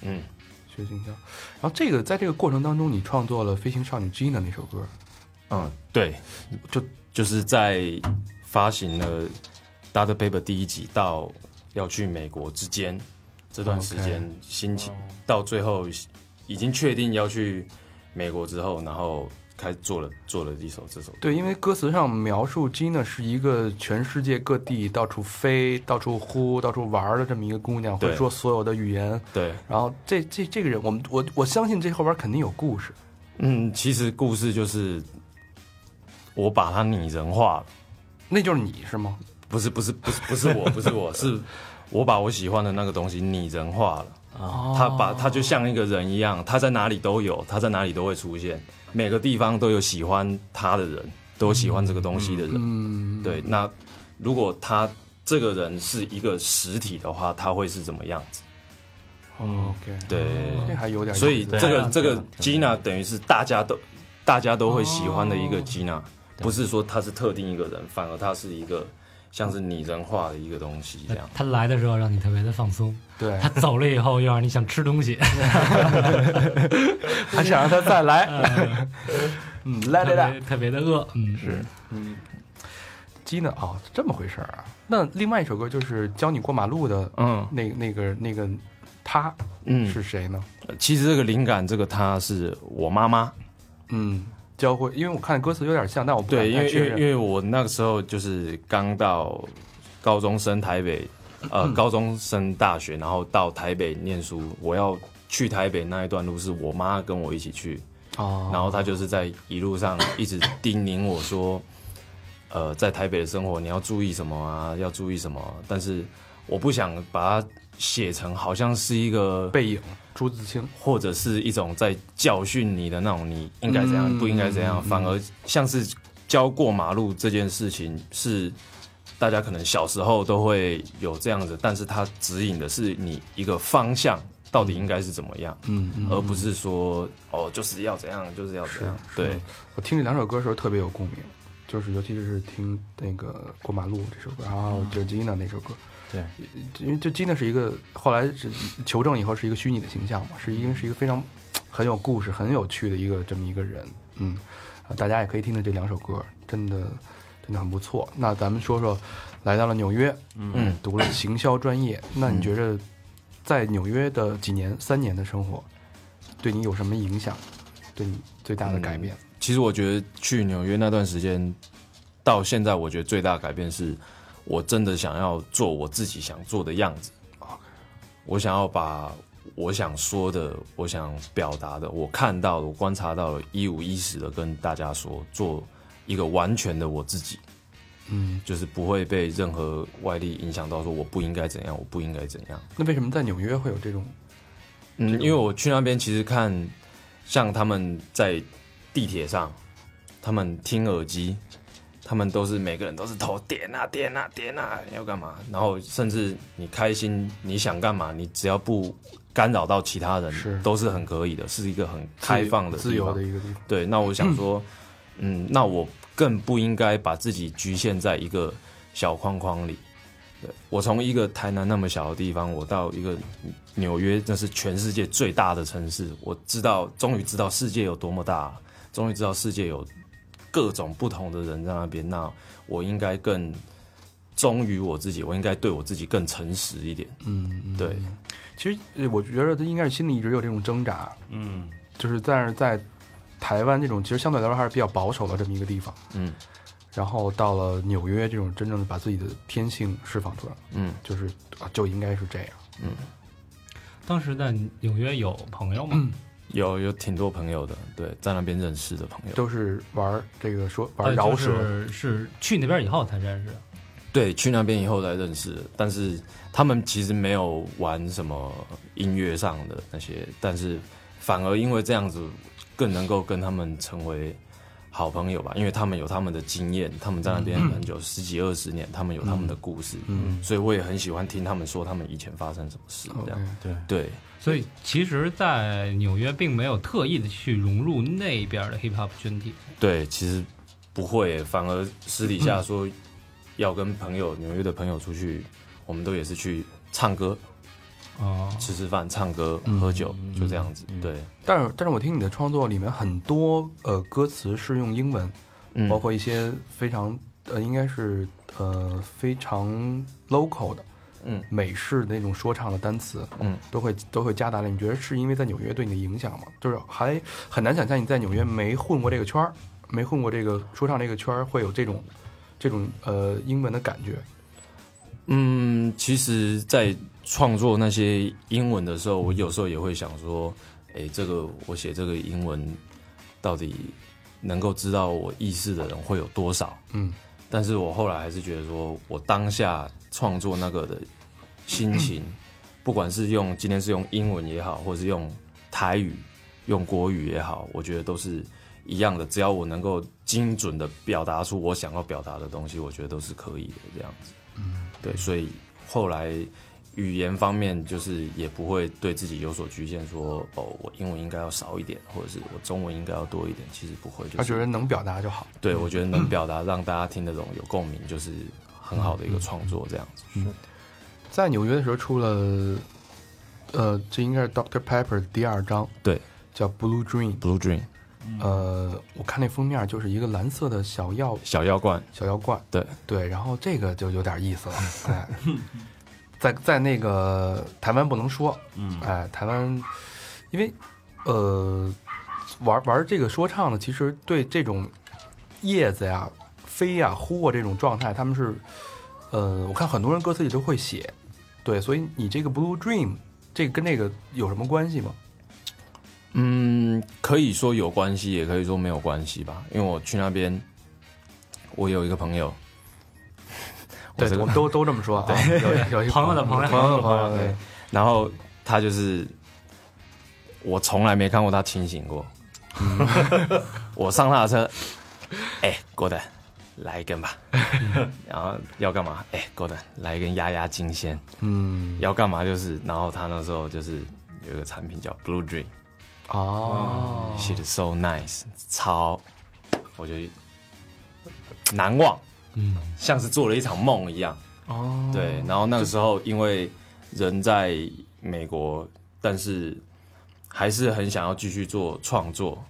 Speaker 4: 嗯，
Speaker 2: 学行销。然后这个在这个过程当中，你创作了《飞行少女 Gina》那首歌，
Speaker 4: 嗯，对，就就是在发行了《Data Paper》第一集到要去美国之间这段时间，心情到最后已经确定要去美国之后，然后开做了做了一首这首歌，
Speaker 2: 对，因为歌词上描述 Gina 是一个全世界各地到处飞、到处呼、到处玩儿的这么一个姑娘，
Speaker 4: 对
Speaker 2: 会说所有的语言。
Speaker 4: 对，
Speaker 2: 然后这这这个人，我们我我相信这后边肯定有故事。
Speaker 4: 嗯，其实故事就是我把它拟人化了。
Speaker 2: 那就是你是吗？
Speaker 4: 不是不是不是不是我不是我是我把我喜欢的那个东西拟人化了。啊，他把他就像一个人一样，他在哪里都有，他在哪里都会出现，每个地方都有喜欢他的人，都有喜欢这个东西的人。
Speaker 2: 嗯，
Speaker 4: 对，那如果他这个人是一个实体的话，他会是怎么样子？
Speaker 2: ，OK，
Speaker 4: 对，
Speaker 2: 这还有点意思。
Speaker 4: 所以这个
Speaker 6: 对
Speaker 4: 这个 Gina 等于是大家都大家都会喜欢的一个 Gina，不是说他是特定一个人，反而他是一个像是拟人化的一个东西这样。
Speaker 5: 他来的时候让你特别的放松，
Speaker 2: [laughs] 对
Speaker 5: 他，走了以后又让你想吃东 [laughs] 西，
Speaker 2: 还想让他再 [laughs] 来。嗯，Let
Speaker 5: 特
Speaker 2: it up。
Speaker 5: 别特别的饿，嗯，是
Speaker 2: 鸡呢？哦，这么回事儿啊。那另外一首歌就是教你过马路的，
Speaker 4: 嗯
Speaker 2: 那那个那个他
Speaker 4: 嗯，
Speaker 2: 是谁呢？
Speaker 4: 其实这个灵感，这个她是我妈妈，
Speaker 2: 嗯，教会，因为我看歌词有点像，但我不敢
Speaker 4: 对，因
Speaker 2: 太
Speaker 4: 为因
Speaker 2: 确
Speaker 4: 为因
Speaker 2: 认。
Speaker 4: 为我那个时候就是刚到高中升台北，呃，高中升大学，然后到台北念书。我要去台北那一段路是我妈跟我一起去，
Speaker 2: 哦
Speaker 4: 然后她就是在一路上一直叮咛我说，呃，在台北的生活你要注意什么啊，要注意什么啊。但是我不想把它写成好像是一个
Speaker 2: 背影，朱自清，
Speaker 4: 或者是一种在教训你的那种，你应该怎样，
Speaker 2: 嗯
Speaker 4: 不应该怎样，反而像是教过马路这件事情是大家可能小时候都会有这样子，但是它指引的是你一个方向，到底应该是怎么样，
Speaker 2: 嗯嗯，
Speaker 4: 而不是说哦就是要怎样，就是要怎样，
Speaker 2: 啊
Speaker 4: 对，
Speaker 2: 我听这两首歌的时候特别有共鸣，就是尤其是听那个《过马路》这首歌，还有就是 Gina 那首歌。
Speaker 4: 嗯对，
Speaker 2: 因为就 Gina 是一个后来是求证以后是一个虚拟的形象嘛，是因为是一个非常很有故事、很有趣的一个这么一个人。嗯，呃大家也可以听听这两首歌，真的真的很不错。那咱们说说，来到了纽约，
Speaker 4: 嗯，
Speaker 2: 读了行销专业，那你觉着在纽约的几年、三年的生活，对你有什么影响？对你最大的改变？
Speaker 4: 其实我觉得去纽约那段时间到现在，我觉得最大的改变是我真的想要做我自己想做的样子。我想要把我想说的、我想表达的、我看到的、我观察到的，一五一十的跟大家说，做一个完全的我自己，
Speaker 2: 嗯，
Speaker 4: 就是不会被任何外力影响到，说我不应该怎样，我不应该怎样。
Speaker 2: 那为什么在纽约会有这种？
Speaker 4: 嗯，因为我去那边其实看，像他们在地铁上，他们听耳机，他们都是每个人都是头点啊点啊点啊，要干嘛？然后甚至你开心，你想干嘛，你只要不干扰到其他人，
Speaker 2: 是
Speaker 4: 都是很可以的，是一个很开放的地方
Speaker 2: 自由的一个地方。
Speaker 4: 对，那我想说，嗯，那我更不应该把自己局限在一个小框框里。对我从一个台南那么小的地方，我到一个纽约，那是全世界最大的城市，我知道，终于知道世界有多么大，终于知道世界有各种不同的人在那边。那我应该更忠于我自己，我应该对我自己更诚实一点。
Speaker 2: 嗯，嗯
Speaker 4: 对，
Speaker 2: 其实呃我觉得他应该是心里一直有这种挣扎，
Speaker 3: 嗯，
Speaker 2: 就是但是在台湾这种其实相对来说还是比较保守的这么一个地方，
Speaker 4: 嗯
Speaker 2: 然后到了纽约这种真正的把自己的天性释放出来，
Speaker 4: 嗯
Speaker 2: 就是啊就应该是这样。
Speaker 4: 嗯，
Speaker 5: 当时在纽约有朋友吗？
Speaker 4: 有有挺多朋友的，对，在那边认识的朋友。
Speaker 2: 都是玩这个说玩
Speaker 5: 呃
Speaker 2: 饶
Speaker 5: 就
Speaker 2: 舌，
Speaker 5: 是是去那边以后才认识的。
Speaker 4: 对，去那边以后才认识的，但是他们其实没有玩什么音乐上的那些，但是反而因为这样子，更能够跟他们成为好朋友吧，因为他们有他们的经验，他们在那边很久，十几二十年，他们有他们的故事，
Speaker 2: 嗯
Speaker 4: 所以我也很喜欢听他们说他们以前发生什么事这
Speaker 2: OK，
Speaker 4: 样。对，
Speaker 5: 所以其实，在纽约并没有特意的去融入那边的 hip hop 群体。
Speaker 4: 对，其实不会，反而私底
Speaker 2: 嗯
Speaker 4: 下说要跟朋友纽约的朋友出去，我们都也是去唱歌、
Speaker 5: 哦，
Speaker 4: 吃吃饭、唱歌、喝酒，就这样子。对，
Speaker 2: 但是但是我听你的创作里面很多呃歌词是用英文，
Speaker 4: 嗯
Speaker 2: 包括一些非常呃应该是呃非常 local 的，
Speaker 4: 嗯
Speaker 2: 美式那种说唱的单词，
Speaker 4: 嗯，
Speaker 2: 都会都会加大了。你觉得是因为在纽约对你的影响吗？就是还很难想象你在纽约没混过这个圈儿，没混过这个说唱这个圈儿，会有这种这种呃英文的感觉。
Speaker 4: 嗯，其实，在创作那些英文的时候，我有时候也会想说，诶，这个我写这个英文到底能够知道我意思的人会有多少？
Speaker 2: 嗯，
Speaker 4: 但是我后来还是觉得说，我当下创作那个的心情，
Speaker 2: 嗯
Speaker 4: 不管是用今天是用英文也好，或是用台语、用国语也好，我觉得都是一样的。只要我能够精准的表达出我想要表达的东西，我觉得都是可以的这样子。嗯，对，所以后来语言方面就是也不会对自己有所局限说哦，我英文应该要少一点，或者是我中文应该要多一点。其实不会，就
Speaker 2: 他
Speaker 4: 是
Speaker 2: 觉得能表达就好。
Speaker 4: 对，我觉得能表达让大家听得懂、有共鸣，就是很好的一个创作这样子。
Speaker 2: 在纽约的时候出了，呃，这应该是 Dr. Pepper 的第二张，
Speaker 4: 对，
Speaker 2: 叫 Blue Dream。
Speaker 4: Blue Dream
Speaker 2: 呃，我看那封面就是一个蓝色的小药
Speaker 4: 小药罐，
Speaker 2: 小药罐，
Speaker 4: 对
Speaker 2: 对，然后这个就有点意思了，哎，在在那个台湾不能说，
Speaker 3: 嗯
Speaker 2: 哎，台湾，因为呃，玩玩这个说唱的，其实对这种叶子呀、飞呀、呼啊这种状态，他们是，呃，我看很多人歌词里都会写，对，所以你这个 Blue Dream 这个跟那个有什么关系吗？
Speaker 4: 嗯，可以说有关系，也可以说没有关系吧。因为我去那边，我有一个朋友，
Speaker 2: 对，
Speaker 4: 这个
Speaker 2: 我们都都这么说啊，有有一个
Speaker 5: 朋友的朋友
Speaker 2: 朋友的朋友，对
Speaker 4: 对，然后他就是我从来没看过他清醒过。我上他的车，哎、郭德，来一根吧。然后要干嘛？哎、郭德，来一根压压惊先。
Speaker 2: 嗯，
Speaker 4: 要干嘛就是，然后他那时候就是有一个产品叫 Blue Dream，
Speaker 2: 哦，
Speaker 4: 写的 so nice，超，我觉得难忘，
Speaker 5: 嗯，
Speaker 4: 像是做了一场梦一样。
Speaker 2: 哦，
Speaker 4: 对，然后那个时候因为人在美国，但是还是很想要继续做创作，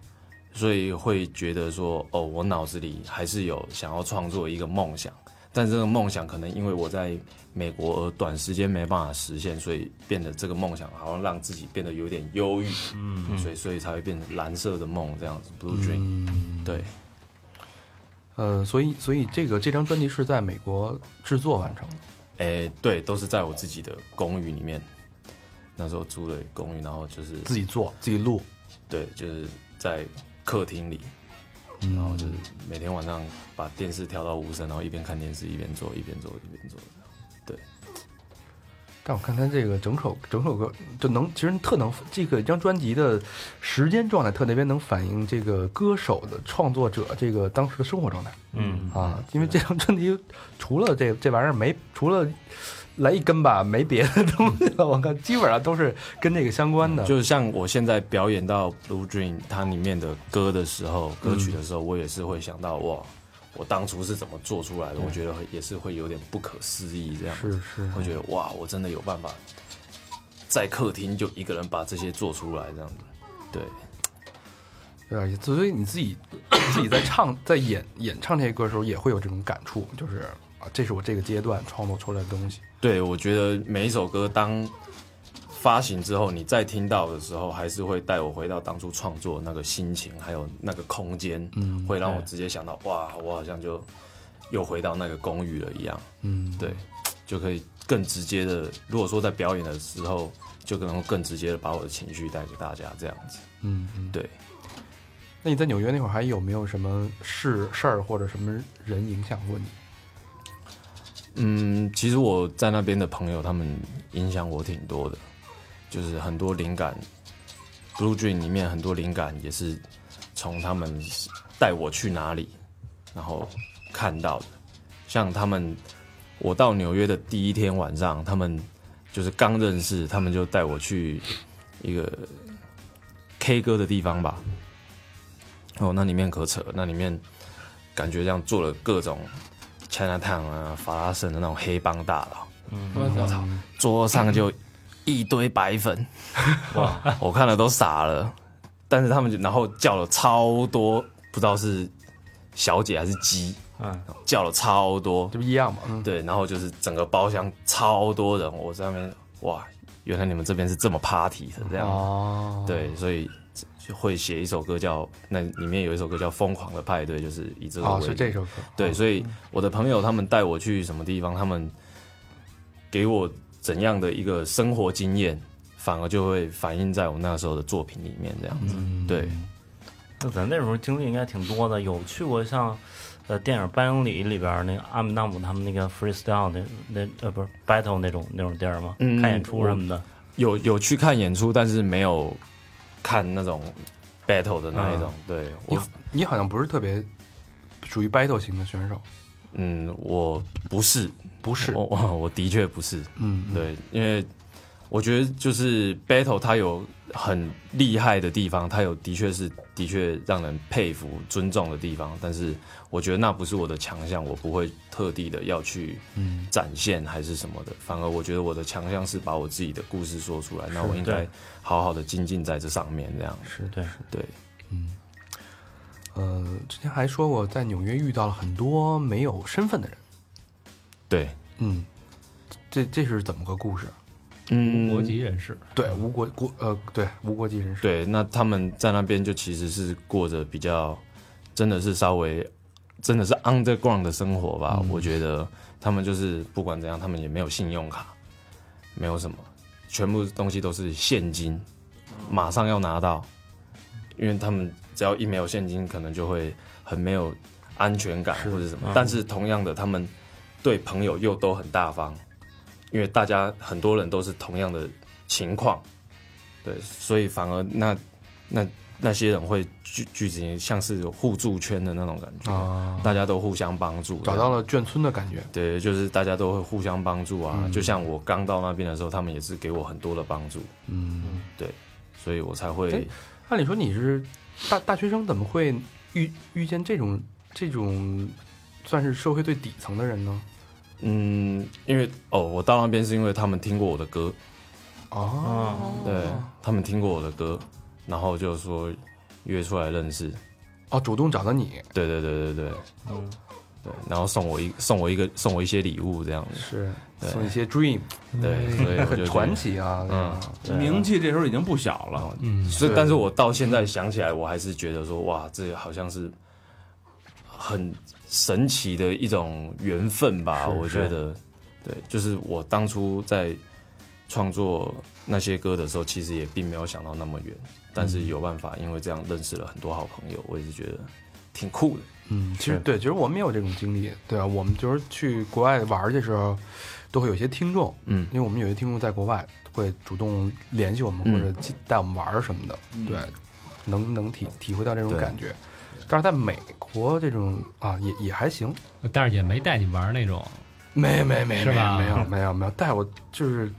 Speaker 4: 所以会觉得说，哦，我脑子里还是有想要创作一个梦想，但这个梦想可能因为我在美国而短时间没办法实现，所以变得这个梦想好像让自己变得有点忧郁，嗯，所以所以才会变成蓝色的梦这样子，blue dream，、对，
Speaker 2: 嗯呃，所以所以这个这张专辑是在美国制作完成的，
Speaker 4: 哎，对，都是在我自己的公寓里面。那时候租的公寓，然后就是
Speaker 2: 自己做自己录，
Speaker 4: 对，就是在客厅里，
Speaker 2: 嗯
Speaker 4: 然后就是每天晚上把电视调到无声，然后一边看电视一边做，一边做一边做。
Speaker 2: 但我看他这个整首整首歌就能，其实特能这个一张专辑的时间状态特那边能反映这个歌手的创作者这个当时的生活状态
Speaker 4: 嗯，
Speaker 2: 啊，因为这张专辑除了这这玩意儿没除了来一根吧，没别的东西了。我看基本上都是跟这个相关的，
Speaker 4: 就是像我现在表演到《Blue Dream》它里面的歌的时候，
Speaker 2: 嗯
Speaker 4: 歌曲的时候，我也是会想到哇，我当初是怎么做出来的？我觉得也是会有点不可思议这样
Speaker 2: 是
Speaker 4: 子，
Speaker 2: 是
Speaker 4: 会觉得哇，我真的有办法在客厅就一个人把这些做出来这样子。对，
Speaker 2: 有点意思。所以你自己自己在唱在演演唱这些歌的时候，也会有这种感触，就是啊，这是我这个阶段创作出来的东西。
Speaker 4: 对，我觉得每一首歌当发行之后，你再听到的时候，还是会带我回到当初创作那个心情，还有那个空间，嗯，会让我直接想到，哇，我好像就又回到那个公寓了一样，
Speaker 2: 嗯，
Speaker 4: 对，就可以更直接的，如果说在表演的时候，就可能更直接的把我的情绪带给大家，这样子，
Speaker 2: 嗯嗯。
Speaker 4: 对。
Speaker 2: 那你在纽约那会儿还有没有什么事事儿或者什么人影响过你？
Speaker 4: 嗯，其实我在那边的朋友，他们影响我挺多的，就是很多灵感，《Blue Dream》里面很多灵感也是从他们带我去哪里，然后看到的。像他们，我到纽约的第一天晚上，他们就是刚认识，他们就带我去一个 K 歌的地方吧。哦，那里面可扯，那里面感觉像做了各种 China Town 啊、法拉盛的那种黑帮大佬，
Speaker 3: 我操，
Speaker 4: 桌上就一堆白粉，哇！我看了都傻了。但是他们就然后叫了超多，不知道是小姐还是鸡，嗯，叫了超多
Speaker 2: 这，不一样吗？嗯，
Speaker 4: 对，然后就是整个包厢超多人，我在那边哇，原来你们这边是这么 party 的这样子，
Speaker 2: 哦，
Speaker 4: 嗯对，所以就会写一首歌叫那里面有一首歌叫《疯狂的派对》，就是以这个
Speaker 2: 哦，
Speaker 4: 为
Speaker 2: 是这首歌。
Speaker 4: 对，所以我的朋友他们带我去什么地方，他们给我怎样的一个生活经验，反而就会反映在我那时候的作品里面，这样子。
Speaker 2: 嗯
Speaker 4: 对，
Speaker 6: 那咱那时候经历应该挺多的，有去过像，呃，电影《半英里》里边儿那个阿姆纳姆他们那个 freestyle 那那呃不是 battle 那种那种地儿吗？
Speaker 4: 嗯
Speaker 6: 看演出什么的。
Speaker 4: 有有去看演出，但是没有看那种 battle 的那一种。对
Speaker 2: 你
Speaker 4: 我，
Speaker 2: 你好像不是特别属于 battle 型的选手，
Speaker 4: 嗯，我不是，
Speaker 2: 不是？
Speaker 4: 我我我的确不是。
Speaker 2: 嗯，嗯，
Speaker 4: 哦对，因为我觉得就是 battle 它有很厉害的地方，它有的确是的确让人佩服、尊重的地方，但是我觉得那不是我的强项，我不会特地的要去
Speaker 6: 嗯
Speaker 4: 展现还是什么的，反而我觉得我的强项是把我自己的故事说出来，那我应该
Speaker 6: 对
Speaker 4: 好好的精进在这上面，这样
Speaker 6: 是对，
Speaker 4: 对。
Speaker 2: 嗯呃，之前还说过在纽约遇到了很多没有身份的人。
Speaker 4: 对，
Speaker 2: 嗯，这这是怎么个故事？
Speaker 4: 嗯
Speaker 5: 无国籍人士，
Speaker 2: 对无国国呃对无国籍人士，
Speaker 4: 对，那他们在那边就其实是过着比较，真的是稍微，真的是 underground 的生活吧。我觉得他们就是不管怎样，他们也没有信用卡，没有什么，全部东西都是现金，马上要拿到，因为他们只要一没有现金，可能就会很没有安全感或者什
Speaker 2: 嗯
Speaker 4: 么。但是同样的，他们对朋友又都很大方，因为大家很多人都是同样的情况。对，所以反而那那那些人会聚聚集，像是有互助圈的那种感觉，
Speaker 2: 啊，
Speaker 4: 大家都互相帮助，
Speaker 2: 找到了眷村的感觉，
Speaker 4: 对，就是大家都会互相帮助
Speaker 2: 嗯
Speaker 4: 啊。就像我刚到那边的时候，他们也是给我很多的帮助，
Speaker 2: 嗯。
Speaker 4: 所以我才
Speaker 2: 哎
Speaker 4: 会
Speaker 2: 按理说你是大大学生，怎么会遇遇见这种这种算是社会最底层的人呢？
Speaker 4: 嗯，因为哦，我到那边是因为他们听过我的歌，
Speaker 2: 哦，
Speaker 4: 对他们听过我的歌，然后就说约出来认识，
Speaker 2: 哦，主动找到你
Speaker 4: 对对对对对，对，然后送我一送我一个送我一些礼物这样子，
Speaker 2: 是
Speaker 4: 对
Speaker 2: 送一些 dream，
Speaker 4: 对，
Speaker 2: [laughs] 嗯
Speaker 4: 所以我就觉
Speaker 2: 很
Speaker 4: 得
Speaker 2: 传奇啊，
Speaker 4: 嗯
Speaker 3: 名气这时候已经不小了，
Speaker 5: 嗯，
Speaker 4: 所以，但是我到现在想起来，我还是觉得说，哇，这好像是很神奇的一种缘分吧。我觉得，对，就是我当初在创作那些歌的时候，其实也并没有想到那么远，但是有办法，因为这样认识了很多好朋友，我也是觉得挺酷的。
Speaker 2: 嗯，其实对，其实我们也有这种经历，对啊吧？我们就是去国外玩儿的时候，都会有些听众，
Speaker 4: 嗯
Speaker 2: 因为我们有些听众在国外会主动联系我们，
Speaker 4: 嗯
Speaker 2: 或者带我们玩儿什么的，对，能能体体会到这种
Speaker 4: 对
Speaker 2: 感觉。但是在美国这种啊，也也还行，
Speaker 5: 但是也没带你玩那种，
Speaker 2: 没没没
Speaker 5: 是
Speaker 2: 没
Speaker 5: 吧
Speaker 2: 没 [laughs] 有没有没有，带我就是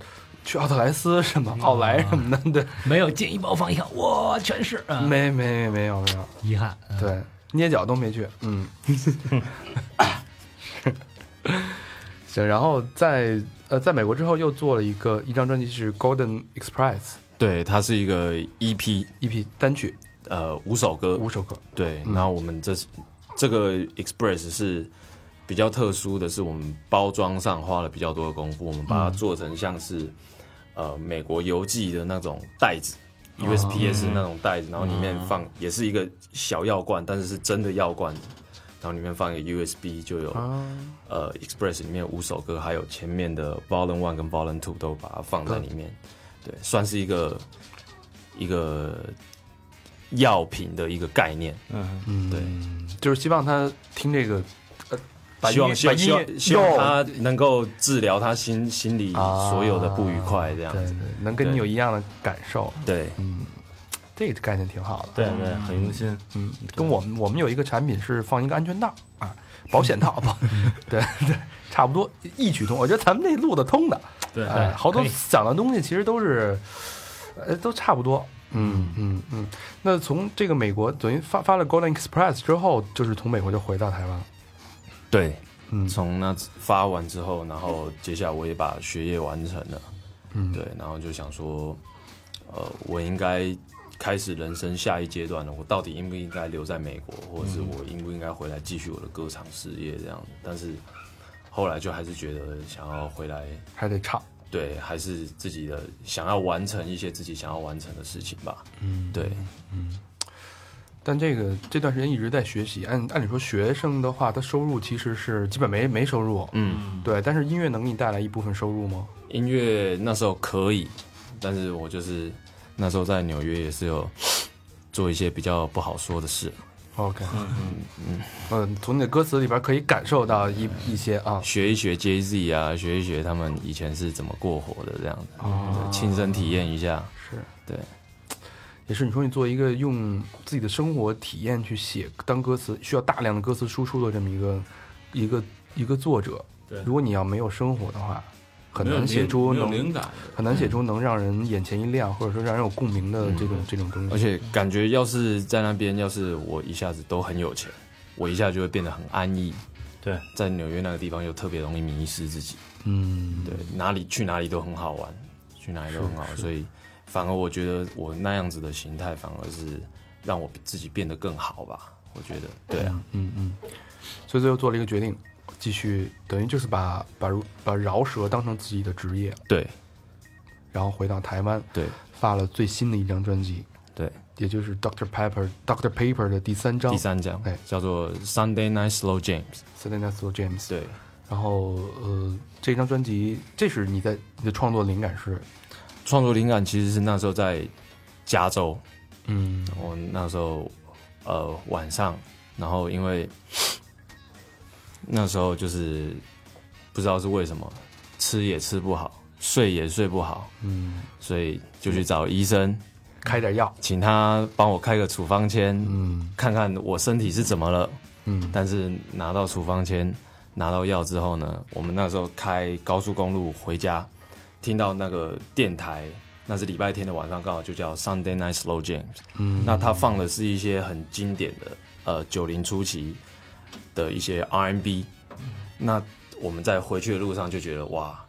Speaker 2: 去奥特莱斯什么奥莱什么的，对，
Speaker 5: 没有进一包放一看，哇，全是，啊
Speaker 2: 没没没没有没有，
Speaker 5: 遗憾，嗯
Speaker 2: 对，捏脚都没去，嗯， [laughs] 行，然后在呃，在美国之后又做了一个一张专辑是 Golden Express
Speaker 4: 对，它是一个 EP，
Speaker 2: EP 单曲
Speaker 4: 呃，五首歌，
Speaker 2: 五首歌，
Speaker 4: 对，
Speaker 2: 嗯
Speaker 4: 然后我们这是这个 Express 是比较特殊的是，我们包装上花了比较多的功夫，我们把它做成像是、呃美国邮寄的那种袋子。USPS 那种袋子，然后里面放也是一个小药罐，但是是真的药罐，然后里面放一个 USB，就有、呃 Express 里面五首歌，还有前面的 Volume One 跟 Volume Two 都把它放在里面，对，算是一个一个药品的一个概念，
Speaker 2: 嗯，
Speaker 4: 对，
Speaker 2: 就是希望他听这个，呃，把
Speaker 4: 希
Speaker 2: 音
Speaker 4: 望
Speaker 2: 乐
Speaker 4: 希
Speaker 2: 把音
Speaker 4: 望希
Speaker 2: 乐
Speaker 4: 望希望
Speaker 2: 哟
Speaker 4: 他能够治疗他心心里所有的不愉快，这样
Speaker 2: 对
Speaker 4: 子。
Speaker 2: 啊对，能跟你
Speaker 4: 对
Speaker 2: 有一样的感受，
Speaker 4: 对，
Speaker 2: 嗯，这个概念挺好的，
Speaker 6: 对对，很用心。
Speaker 2: 嗯，跟我们我们有一个产品是放一个安全套啊，保险套吧， [laughs] 对对，差不多异曲同。我觉得咱们这路子通的，
Speaker 3: 对
Speaker 2: 哎好多
Speaker 5: 可以
Speaker 2: 想的东西其实都是，呃，都差不多。嗯嗯嗯。那从这个美国等于发发了 Golden Express 之后，就是从美国就回到台湾了。
Speaker 4: 对，
Speaker 2: 嗯
Speaker 4: 从那发完之后，然后接下来我也把学业完成了，
Speaker 2: 嗯，
Speaker 4: 对，然后就想说，呃，我应该开始人生下一阶段了，我到底应不应该留在美国，或者是我应不应该回来继续我的歌唱事业这样子？但是后来就还是觉得想要回来，
Speaker 2: 还得唱。
Speaker 4: 对，还是自己的想要完成一些自己想要完成的事情吧，嗯，对。
Speaker 2: 但这个这段时间一直在学习，按按理说学生的话，他收入其实是基本没没收入，
Speaker 4: 嗯，
Speaker 2: 对。但是音乐能给你带来一部分收入吗？
Speaker 4: 音乐那时候可以，但是我就是那时候在纽约也是有做一些比较不好说的事，
Speaker 2: OK，嗯嗯嗯，从你的歌词里边可以感受到一一些啊，
Speaker 4: 学一学 Jay Z 啊，学一学他们以前是怎么过活的这样子，
Speaker 2: 哦
Speaker 4: 对亲身体验一下。
Speaker 2: 是
Speaker 4: 对，
Speaker 2: 也是你说你做一个用自己的生活体验去写当歌词，需要大量的歌词输出的这么一个一个一个作者。
Speaker 3: 对
Speaker 2: 如果你要没有生活的话，很
Speaker 3: 没有
Speaker 2: 难写
Speaker 3: 灵
Speaker 2: 出
Speaker 3: 没有
Speaker 2: 能
Speaker 3: 灵感的，嗯
Speaker 2: 很难写出能让人眼前一亮，或者说让人有共鸣的这种这种东西。
Speaker 4: 而且感觉要是在那边，要是我一下子都很有钱，我一下就会变得很安逸。
Speaker 6: 对，
Speaker 4: 在纽约那个地方又特别容易迷失自己，
Speaker 2: 嗯，
Speaker 4: 对，哪里去哪里都很好玩，去哪里都很好，所以反而我觉得我那样子的形态反而是让我自己变得更好吧，我觉得，对啊，
Speaker 2: 嗯嗯，所以最后做了一个决定，继续等于就是把把把饶舌当成自己的职业。
Speaker 4: 对，
Speaker 2: 然后回到台湾
Speaker 4: 对
Speaker 2: 发了最新的一张专辑，
Speaker 4: 对，
Speaker 2: 也就是 Doctor Pepper Doctor Paper 的第三张
Speaker 4: 第三张
Speaker 2: 哎
Speaker 4: 叫做 Sunday Night Slow James，
Speaker 2: s e l e n a s o James。
Speaker 4: 对，
Speaker 2: 然后呃，这张专辑，这是你在你的创作灵感是，
Speaker 4: 创作灵感其实是那时候在加州，
Speaker 2: 嗯
Speaker 4: 我那时候呃晚上，然后因为 [sniffs] 那时候就是不知道是为什么，吃也吃不好，睡也睡不好，
Speaker 2: 嗯，
Speaker 4: 所以就去找医生，
Speaker 2: 开点药，
Speaker 4: 请他帮我开个处方签，
Speaker 2: 嗯
Speaker 4: 看看我身体是怎么了。
Speaker 2: 嗯
Speaker 4: 但是拿到处方签、拿到药之后呢，我们那时候开高速公路回家，听到那个电台，那是礼拜天的晚上，刚好就叫 Sunday Night Slow Jams。
Speaker 2: 嗯，
Speaker 4: 那他放的是一些很经典的，呃，九零初期的一些 R&B。那我们在回去的路上就觉得，哇，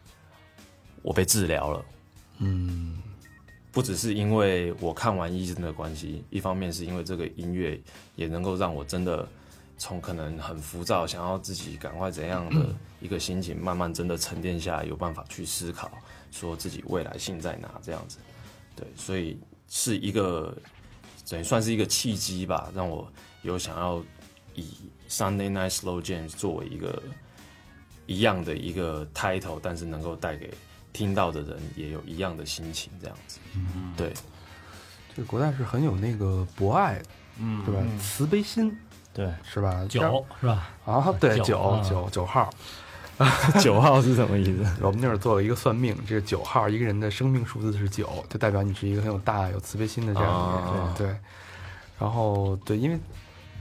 Speaker 4: 我被治疗了。
Speaker 2: 嗯
Speaker 4: 不只是因为我看完医生的关系，一方面是因为这个音乐也能够让我真的从可能很浮躁，想要自己赶快怎样的一个心情，慢慢真的沉淀下来，有办法去思考，说自己未来性在哪这样子。对，所以是一个等于算是一个契机吧，让我有想要以 Sunday Night Slow Jams 作为一个一样的一个 title，但是能够带给听到的人也有一样的心情这样子。对，
Speaker 2: 这个国代是很有那个博爱，
Speaker 3: 嗯
Speaker 2: 对吧？慈悲心
Speaker 6: 对，
Speaker 2: 是吧？
Speaker 5: 酒是吧？
Speaker 2: 啊，对，
Speaker 5: 九
Speaker 2: 九
Speaker 5: 啊
Speaker 2: 九九
Speaker 4: [laughs]
Speaker 2: 号，
Speaker 4: 九嗯号是什么意思？
Speaker 2: [laughs] 我们那儿做了一个算命，这个九号一个人的生命数字是九，就代表你是一个很有大爱、有慈悲心的这样一个人。
Speaker 4: 啊
Speaker 2: 对，对然后对，因为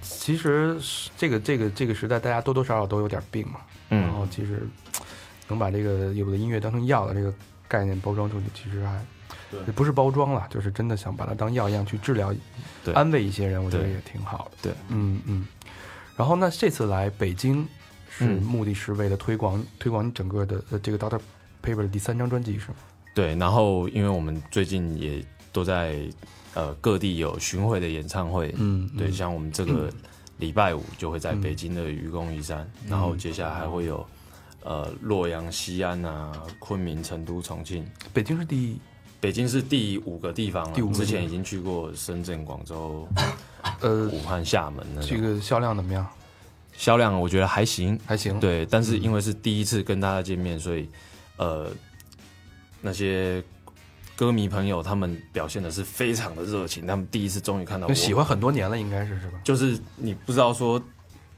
Speaker 2: 其实是这个这个这个时代，大家多多少少都有点病嘛。然后
Speaker 4: 嗯，
Speaker 2: 其实能把这个有的音乐当成药的这个概念包装出去，其实还
Speaker 3: 对
Speaker 2: 也不是包装了，就是真的想把它当药一样去治疗
Speaker 4: 对，
Speaker 2: 安慰一些人，我觉得
Speaker 4: 对
Speaker 2: 也挺好的。
Speaker 4: 对，
Speaker 2: 嗯嗯。然后那这次来北京，是
Speaker 4: 嗯
Speaker 2: 目的是为了推广推广你整个的呃这个 Doctor Paper 的第三张专辑是吗？
Speaker 4: 对。然后，因为我们最近也都在呃各地有巡回的演唱会，
Speaker 2: 嗯
Speaker 4: 对，像我们这个礼拜五就会在北京的愚公移山，
Speaker 2: 嗯
Speaker 4: 然后接下来还会有呃洛阳、西安啊、昆明、成都、重庆。
Speaker 2: 北京是第
Speaker 4: 北京是第五个地方了，
Speaker 2: 第五个地
Speaker 4: 之
Speaker 2: 方
Speaker 4: 前已经去过深圳、广州、
Speaker 2: 呃
Speaker 4: 武汉、厦门了。
Speaker 2: 这个销量怎么样？
Speaker 4: 销量我觉得还行，
Speaker 2: 还行。，
Speaker 4: 对，但是因为是第一次跟大家见面，所以呃，那些歌迷朋友他们表现的是非常的热情，他们第一次终于看到我，
Speaker 2: 喜欢很多年了，应该是是吧？
Speaker 4: 就是你不知道说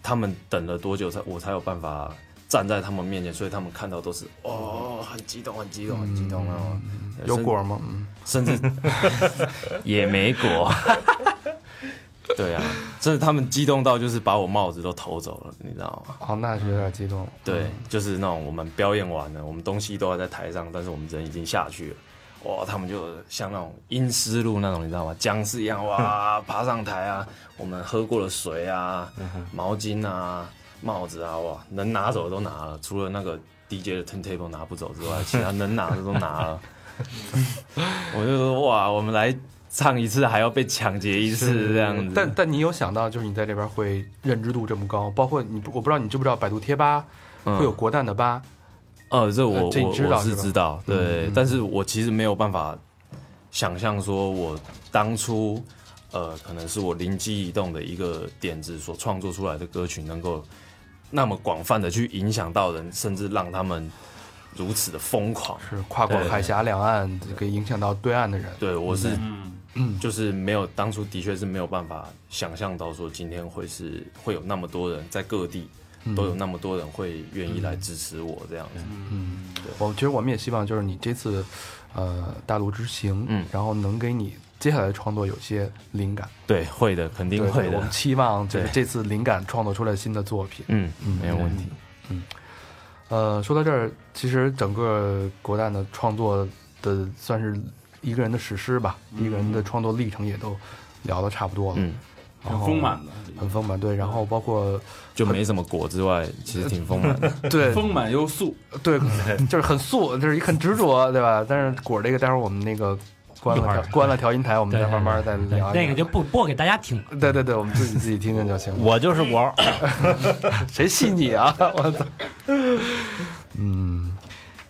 Speaker 4: 他们等了多久才我才有办法站在他们面前，所以他们看到都是哦，很激动，很激动，很激动然后
Speaker 2: 嗯有果吗？嗯，
Speaker 4: 甚至
Speaker 2: [laughs]
Speaker 4: 也没果。 [laughs] 对啊，真的，他们激动到就是把我帽子都偷走了，你知道吗？
Speaker 2: 哦，那是有点激动。
Speaker 4: 对，就是那种我们表演完了，我们东西都还在台上，但是我们人已经下去了。哇，他们就像那种阴湿路那种，你知道吗？僵尸一样，哇，爬上台啊！我们喝过的水啊、毛巾啊、帽子啊，哇，能拿走的都拿了，除了那个 DJ 的 turntable 拿不走之外，其他能拿的都拿了。我就说，哇，我们来唱一次还要被抢劫一次这样子。
Speaker 2: 但但你有想到，就是你在这边会认知度这么高，包括你不，我不知道你知不知道百度贴吧
Speaker 4: 嗯
Speaker 2: 会有国蛋的吧？
Speaker 4: 呃，这我、
Speaker 2: 呃这你
Speaker 4: 我
Speaker 2: 知道
Speaker 4: 我
Speaker 2: 是
Speaker 4: 是
Speaker 2: 吧嗯
Speaker 4: 知道，对，但是我其实没有办法想象说我当初呃，可能是我灵机一动的一个点子所创作出来的歌曲，能够那么广泛的去影响到人，甚至让他们如此的疯狂。
Speaker 2: 是跨过
Speaker 4: 对
Speaker 2: 海峡两岸，这个影响到对岸的人。
Speaker 4: 对我是
Speaker 3: 嗯，
Speaker 4: 就是没有当初的确是没有办法想象到说今天会是会有那么多人在各地
Speaker 2: 嗯
Speaker 4: 都有那么多人会愿意来支持我这样子。
Speaker 2: 我其实我们也希望，就是你这次，呃，大陆之行，
Speaker 4: 嗯
Speaker 2: 然后能给你接下来的创作有些灵感。
Speaker 4: 对，会的，肯定
Speaker 2: 对
Speaker 4: 会
Speaker 2: 我
Speaker 4: 的
Speaker 2: 们。期望就是
Speaker 4: 对
Speaker 2: 这次灵感创作出来新的作品。
Speaker 4: 嗯，没有问题。
Speaker 2: 呃，说到这儿，其实整个国蛋的创作的算是一个人的史诗吧，一个人的创作历程也都聊得差不多了，
Speaker 4: 嗯，
Speaker 2: 然
Speaker 3: 很
Speaker 2: 后
Speaker 3: 丰满的，
Speaker 2: 哦很丰满，对，然后包括
Speaker 4: 就没什么果之外，其实挺丰满 [laughs] 的。
Speaker 2: 对
Speaker 3: 丰满又素，
Speaker 2: 对，就是很素，就是一很执着，对吧？但是果儿这个，待会儿我们那个关了
Speaker 5: 一会儿
Speaker 2: 调关了调音台，我们
Speaker 5: 对
Speaker 2: 再慢慢再
Speaker 5: 对
Speaker 2: 聊一聊。
Speaker 5: 那个就不播给大家听。
Speaker 2: 对对对，我们自己自己听听就行了。
Speaker 6: 我就是我，
Speaker 2: [laughs] 谁信你啊？我操！嗯，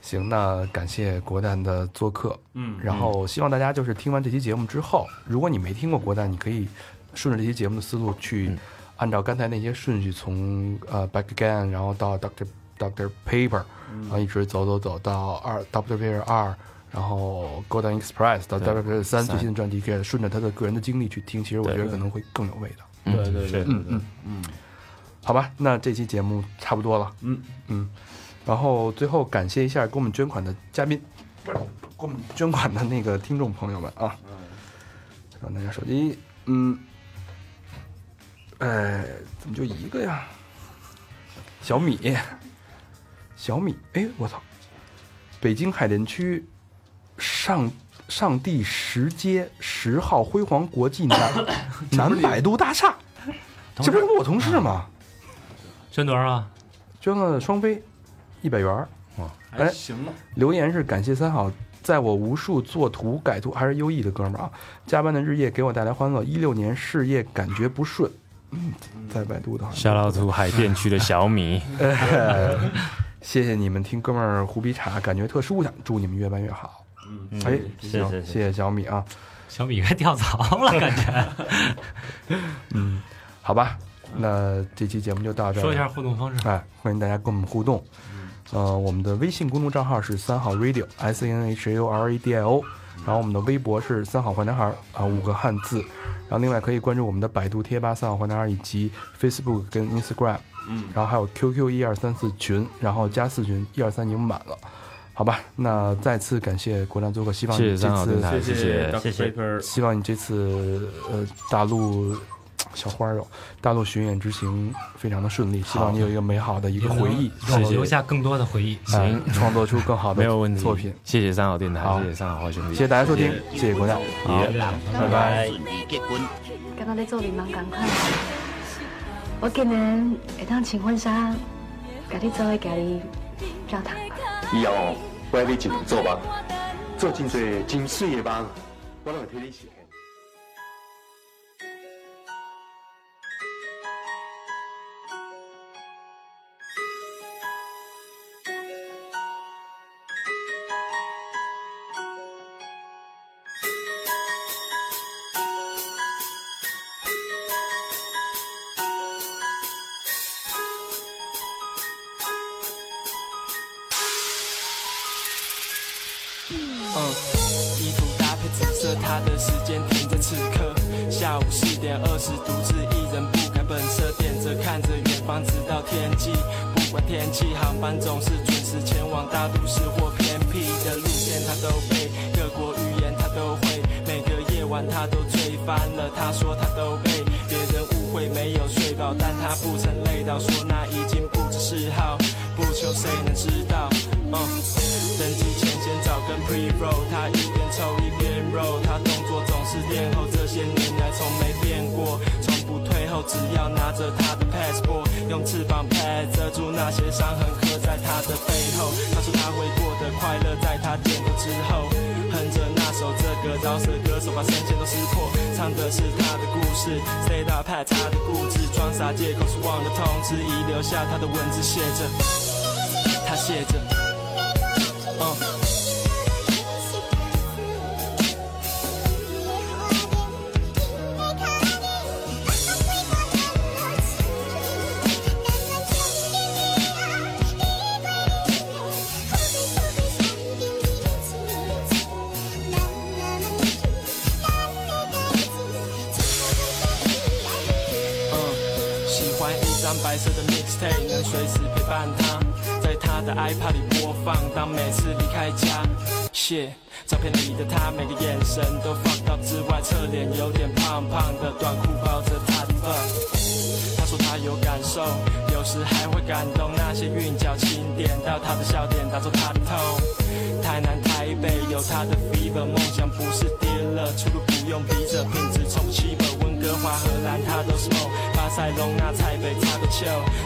Speaker 2: 行，那感谢国蛋的做客，
Speaker 3: 嗯，
Speaker 2: 然后希望大家就是听完这期节目之后，如果你没听过国蛋，你可以顺着这期节目的思路去
Speaker 4: 嗯
Speaker 2: 按照刚才那些顺序从，呃 Back Again，然后到 Doctor Doctor Paper，然
Speaker 3: 嗯
Speaker 2: 后一直走走走到二 Doctor Paper 二，然后 Golden Express 到
Speaker 4: 对
Speaker 2: Doctor Paper 三
Speaker 4: 三
Speaker 2: 最新的专辑，可以顺着他的个人的经历去听，其实我
Speaker 4: 对
Speaker 2: 觉得
Speaker 4: 对
Speaker 2: 可能会更有味道。
Speaker 4: 嗯
Speaker 3: 对对对，
Speaker 4: 是
Speaker 3: 嗯嗯
Speaker 2: 好吧，那这期节目差不多了。
Speaker 3: 嗯
Speaker 2: 嗯，然后最后感谢一下给我们捐款的嘉宾，不是给我们捐款的那个听众朋友们啊。让大家手机，嗯，哎，怎么就一个呀？小米，小米，哎，我操！北京海淀区上上地十街十号辉煌国际南南百度大厦，这不是我同事吗？
Speaker 5: 捐多少啊？
Speaker 2: 捐了双飞一百元儿。啊哎
Speaker 3: 还行了，
Speaker 2: 留言是感谢三好，在我无数作图改图还是优异的哥们儿啊！加班的日夜给我带来欢乐，一六年事业感觉不顺，嗯，在百度的好像。
Speaker 4: 小老图海淀区的小 [laughs] 米，
Speaker 2: [laughs] 谢谢你们听哥们儿胡逼茶，感觉特舒坦，祝你们越办越好。
Speaker 3: 嗯
Speaker 6: 嗯
Speaker 2: 哎，
Speaker 6: 谢
Speaker 2: 行
Speaker 6: 谢
Speaker 2: 谢谢小米啊，
Speaker 5: 小米该跳槽了，感觉。
Speaker 2: 嗯，好吧，那这期节目就到这儿。
Speaker 5: 说一下互动方式，
Speaker 2: 哎，欢迎大家跟我们互动。
Speaker 4: 嗯
Speaker 2: 呃，我们的微信公众账号是三好 radio s a n h a o r a d i o，然后我们的微博是三好坏男孩儿啊、五个汉字，然后另外可以关注我们的百度贴吧三好坏男孩儿以及 Facebook 跟 Instagram，
Speaker 3: 嗯，
Speaker 2: 然后还有 QQ 一二三四群，然后加四群一二三已经满了，好吧，那再次感谢国亮做客，希望
Speaker 4: 谢
Speaker 2: 你
Speaker 4: 谢三
Speaker 2: 这
Speaker 4: 好电
Speaker 2: 次
Speaker 4: 台，谢
Speaker 3: 谢
Speaker 4: 谢
Speaker 3: Dr.
Speaker 6: 谢谢
Speaker 3: Baker，
Speaker 2: 希望你这次呃大陆。小花儿哟，大陆巡演之行非常的顺利，希望你有一个美好的一个回忆，
Speaker 5: 让我留下更多的回忆。
Speaker 2: 行，创作出更好的
Speaker 4: 没有问题，
Speaker 2: 作品。
Speaker 4: 谢谢三好电台
Speaker 2: 好，
Speaker 4: 谢谢三好坏兄弟，
Speaker 2: 谢谢大家收听，谢谢国家。
Speaker 4: 好
Speaker 6: 拜拜。
Speaker 8: 感觉在做面茫同款。我今年会当穿婚纱，甲你做伙行去教堂。
Speaker 9: 以后我要一人做梦，做真多真水的梦，我拢会替你实现。
Speaker 10: 衣服搭配紫色，他的时间停在此刻。下午四点二十，独自一人不改本色，点着看着远方，直到天际。不管天气，航班总是准时前往大都市或偏僻的路线，他都背。各国语言他都会，每个夜晚他都追翻了。他说他都背，别人误会没有睡饱，但他不曾累到，说那已经不知嗜好，不求谁能知道。嗯。登机前先找根 pre roll，他一边抽一边 roll，他动作总是练后，这些年来从没变过，从不退后，只要拿着他的 passport，用翅膀 pad 遮住那些伤痕刻在他的背后。他说他会过得快乐，在他点头之后，哼着那首这个饶舌歌手把声线都撕破，唱的是他的故事，stay up pad 他的固执，装傻借口是忘了通知，遗留下他的文字写着，他写着。嗯。嗯，喜欢一张白色的 mixtape，能随时陪伴他，在他的 iPad 里播放。当每次离开家，谢。照片里的他，每个眼神都放到之外，侧脸有点胖胖的，短裤包着他的 b 他说他有感受，有时还会感动那些韵脚轻点到他的笑点，打中他的头。台南、台北有他的 fever，梦想不是跌了，出路不用逼着，品质从西本，温哥华、荷兰他都是梦，巴塞隆那、台北插个球，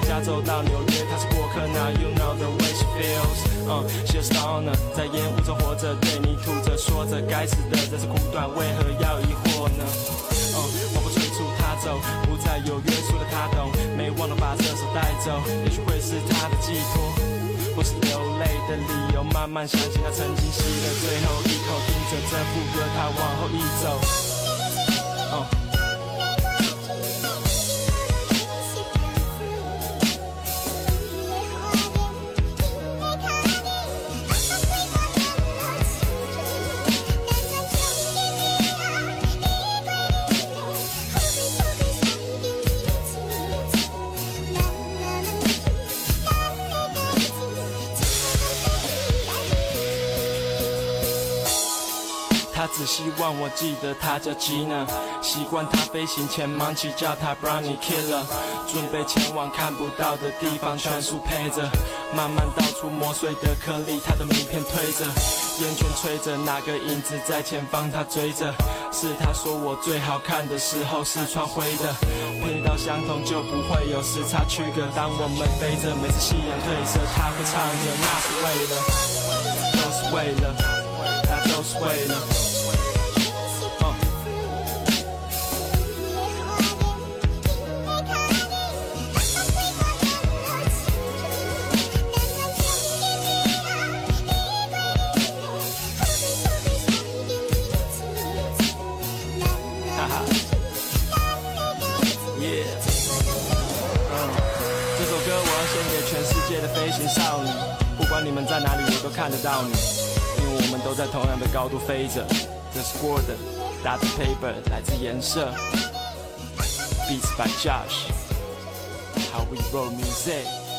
Speaker 10: 加州到纽约他是过客，那 you know the way she feels，嗯、s h e s stoner，在烟雾中活着，对你吐着说着，该死的人是苦短，为何要疑惑呢？嗯、我不催促他走，不再有约束的他懂，没忘了把这首带走，也许会是他的寄托，或是流浪。累的理由，慢慢想起他曾经吸的最后一口，听着这副歌，他往后一走。哦他只希望我记得他叫 Gina，习惯他飞行前忙起叫他 Brownie Killer，准备前往看不到的地方全速陪着，慢慢倒出磨碎的颗粒，他的名片推着，烟圈吹着，哪个影子在前方他追着，是他说我最好看的时候是穿灰的，频道相同就不会有时差区隔，当我们飞着，每次夕阳褪色，他会唱着那是为了，都是为了，那都是为了。哈哈。Yeah 嗯这首歌我要献给全世界的飞行少女，不管你们在哪里，我都看得到你，因为我们都在同样的高度飞着。这是 Word，打着 Paper，来自颜色。Beats by Josh，How we roll music。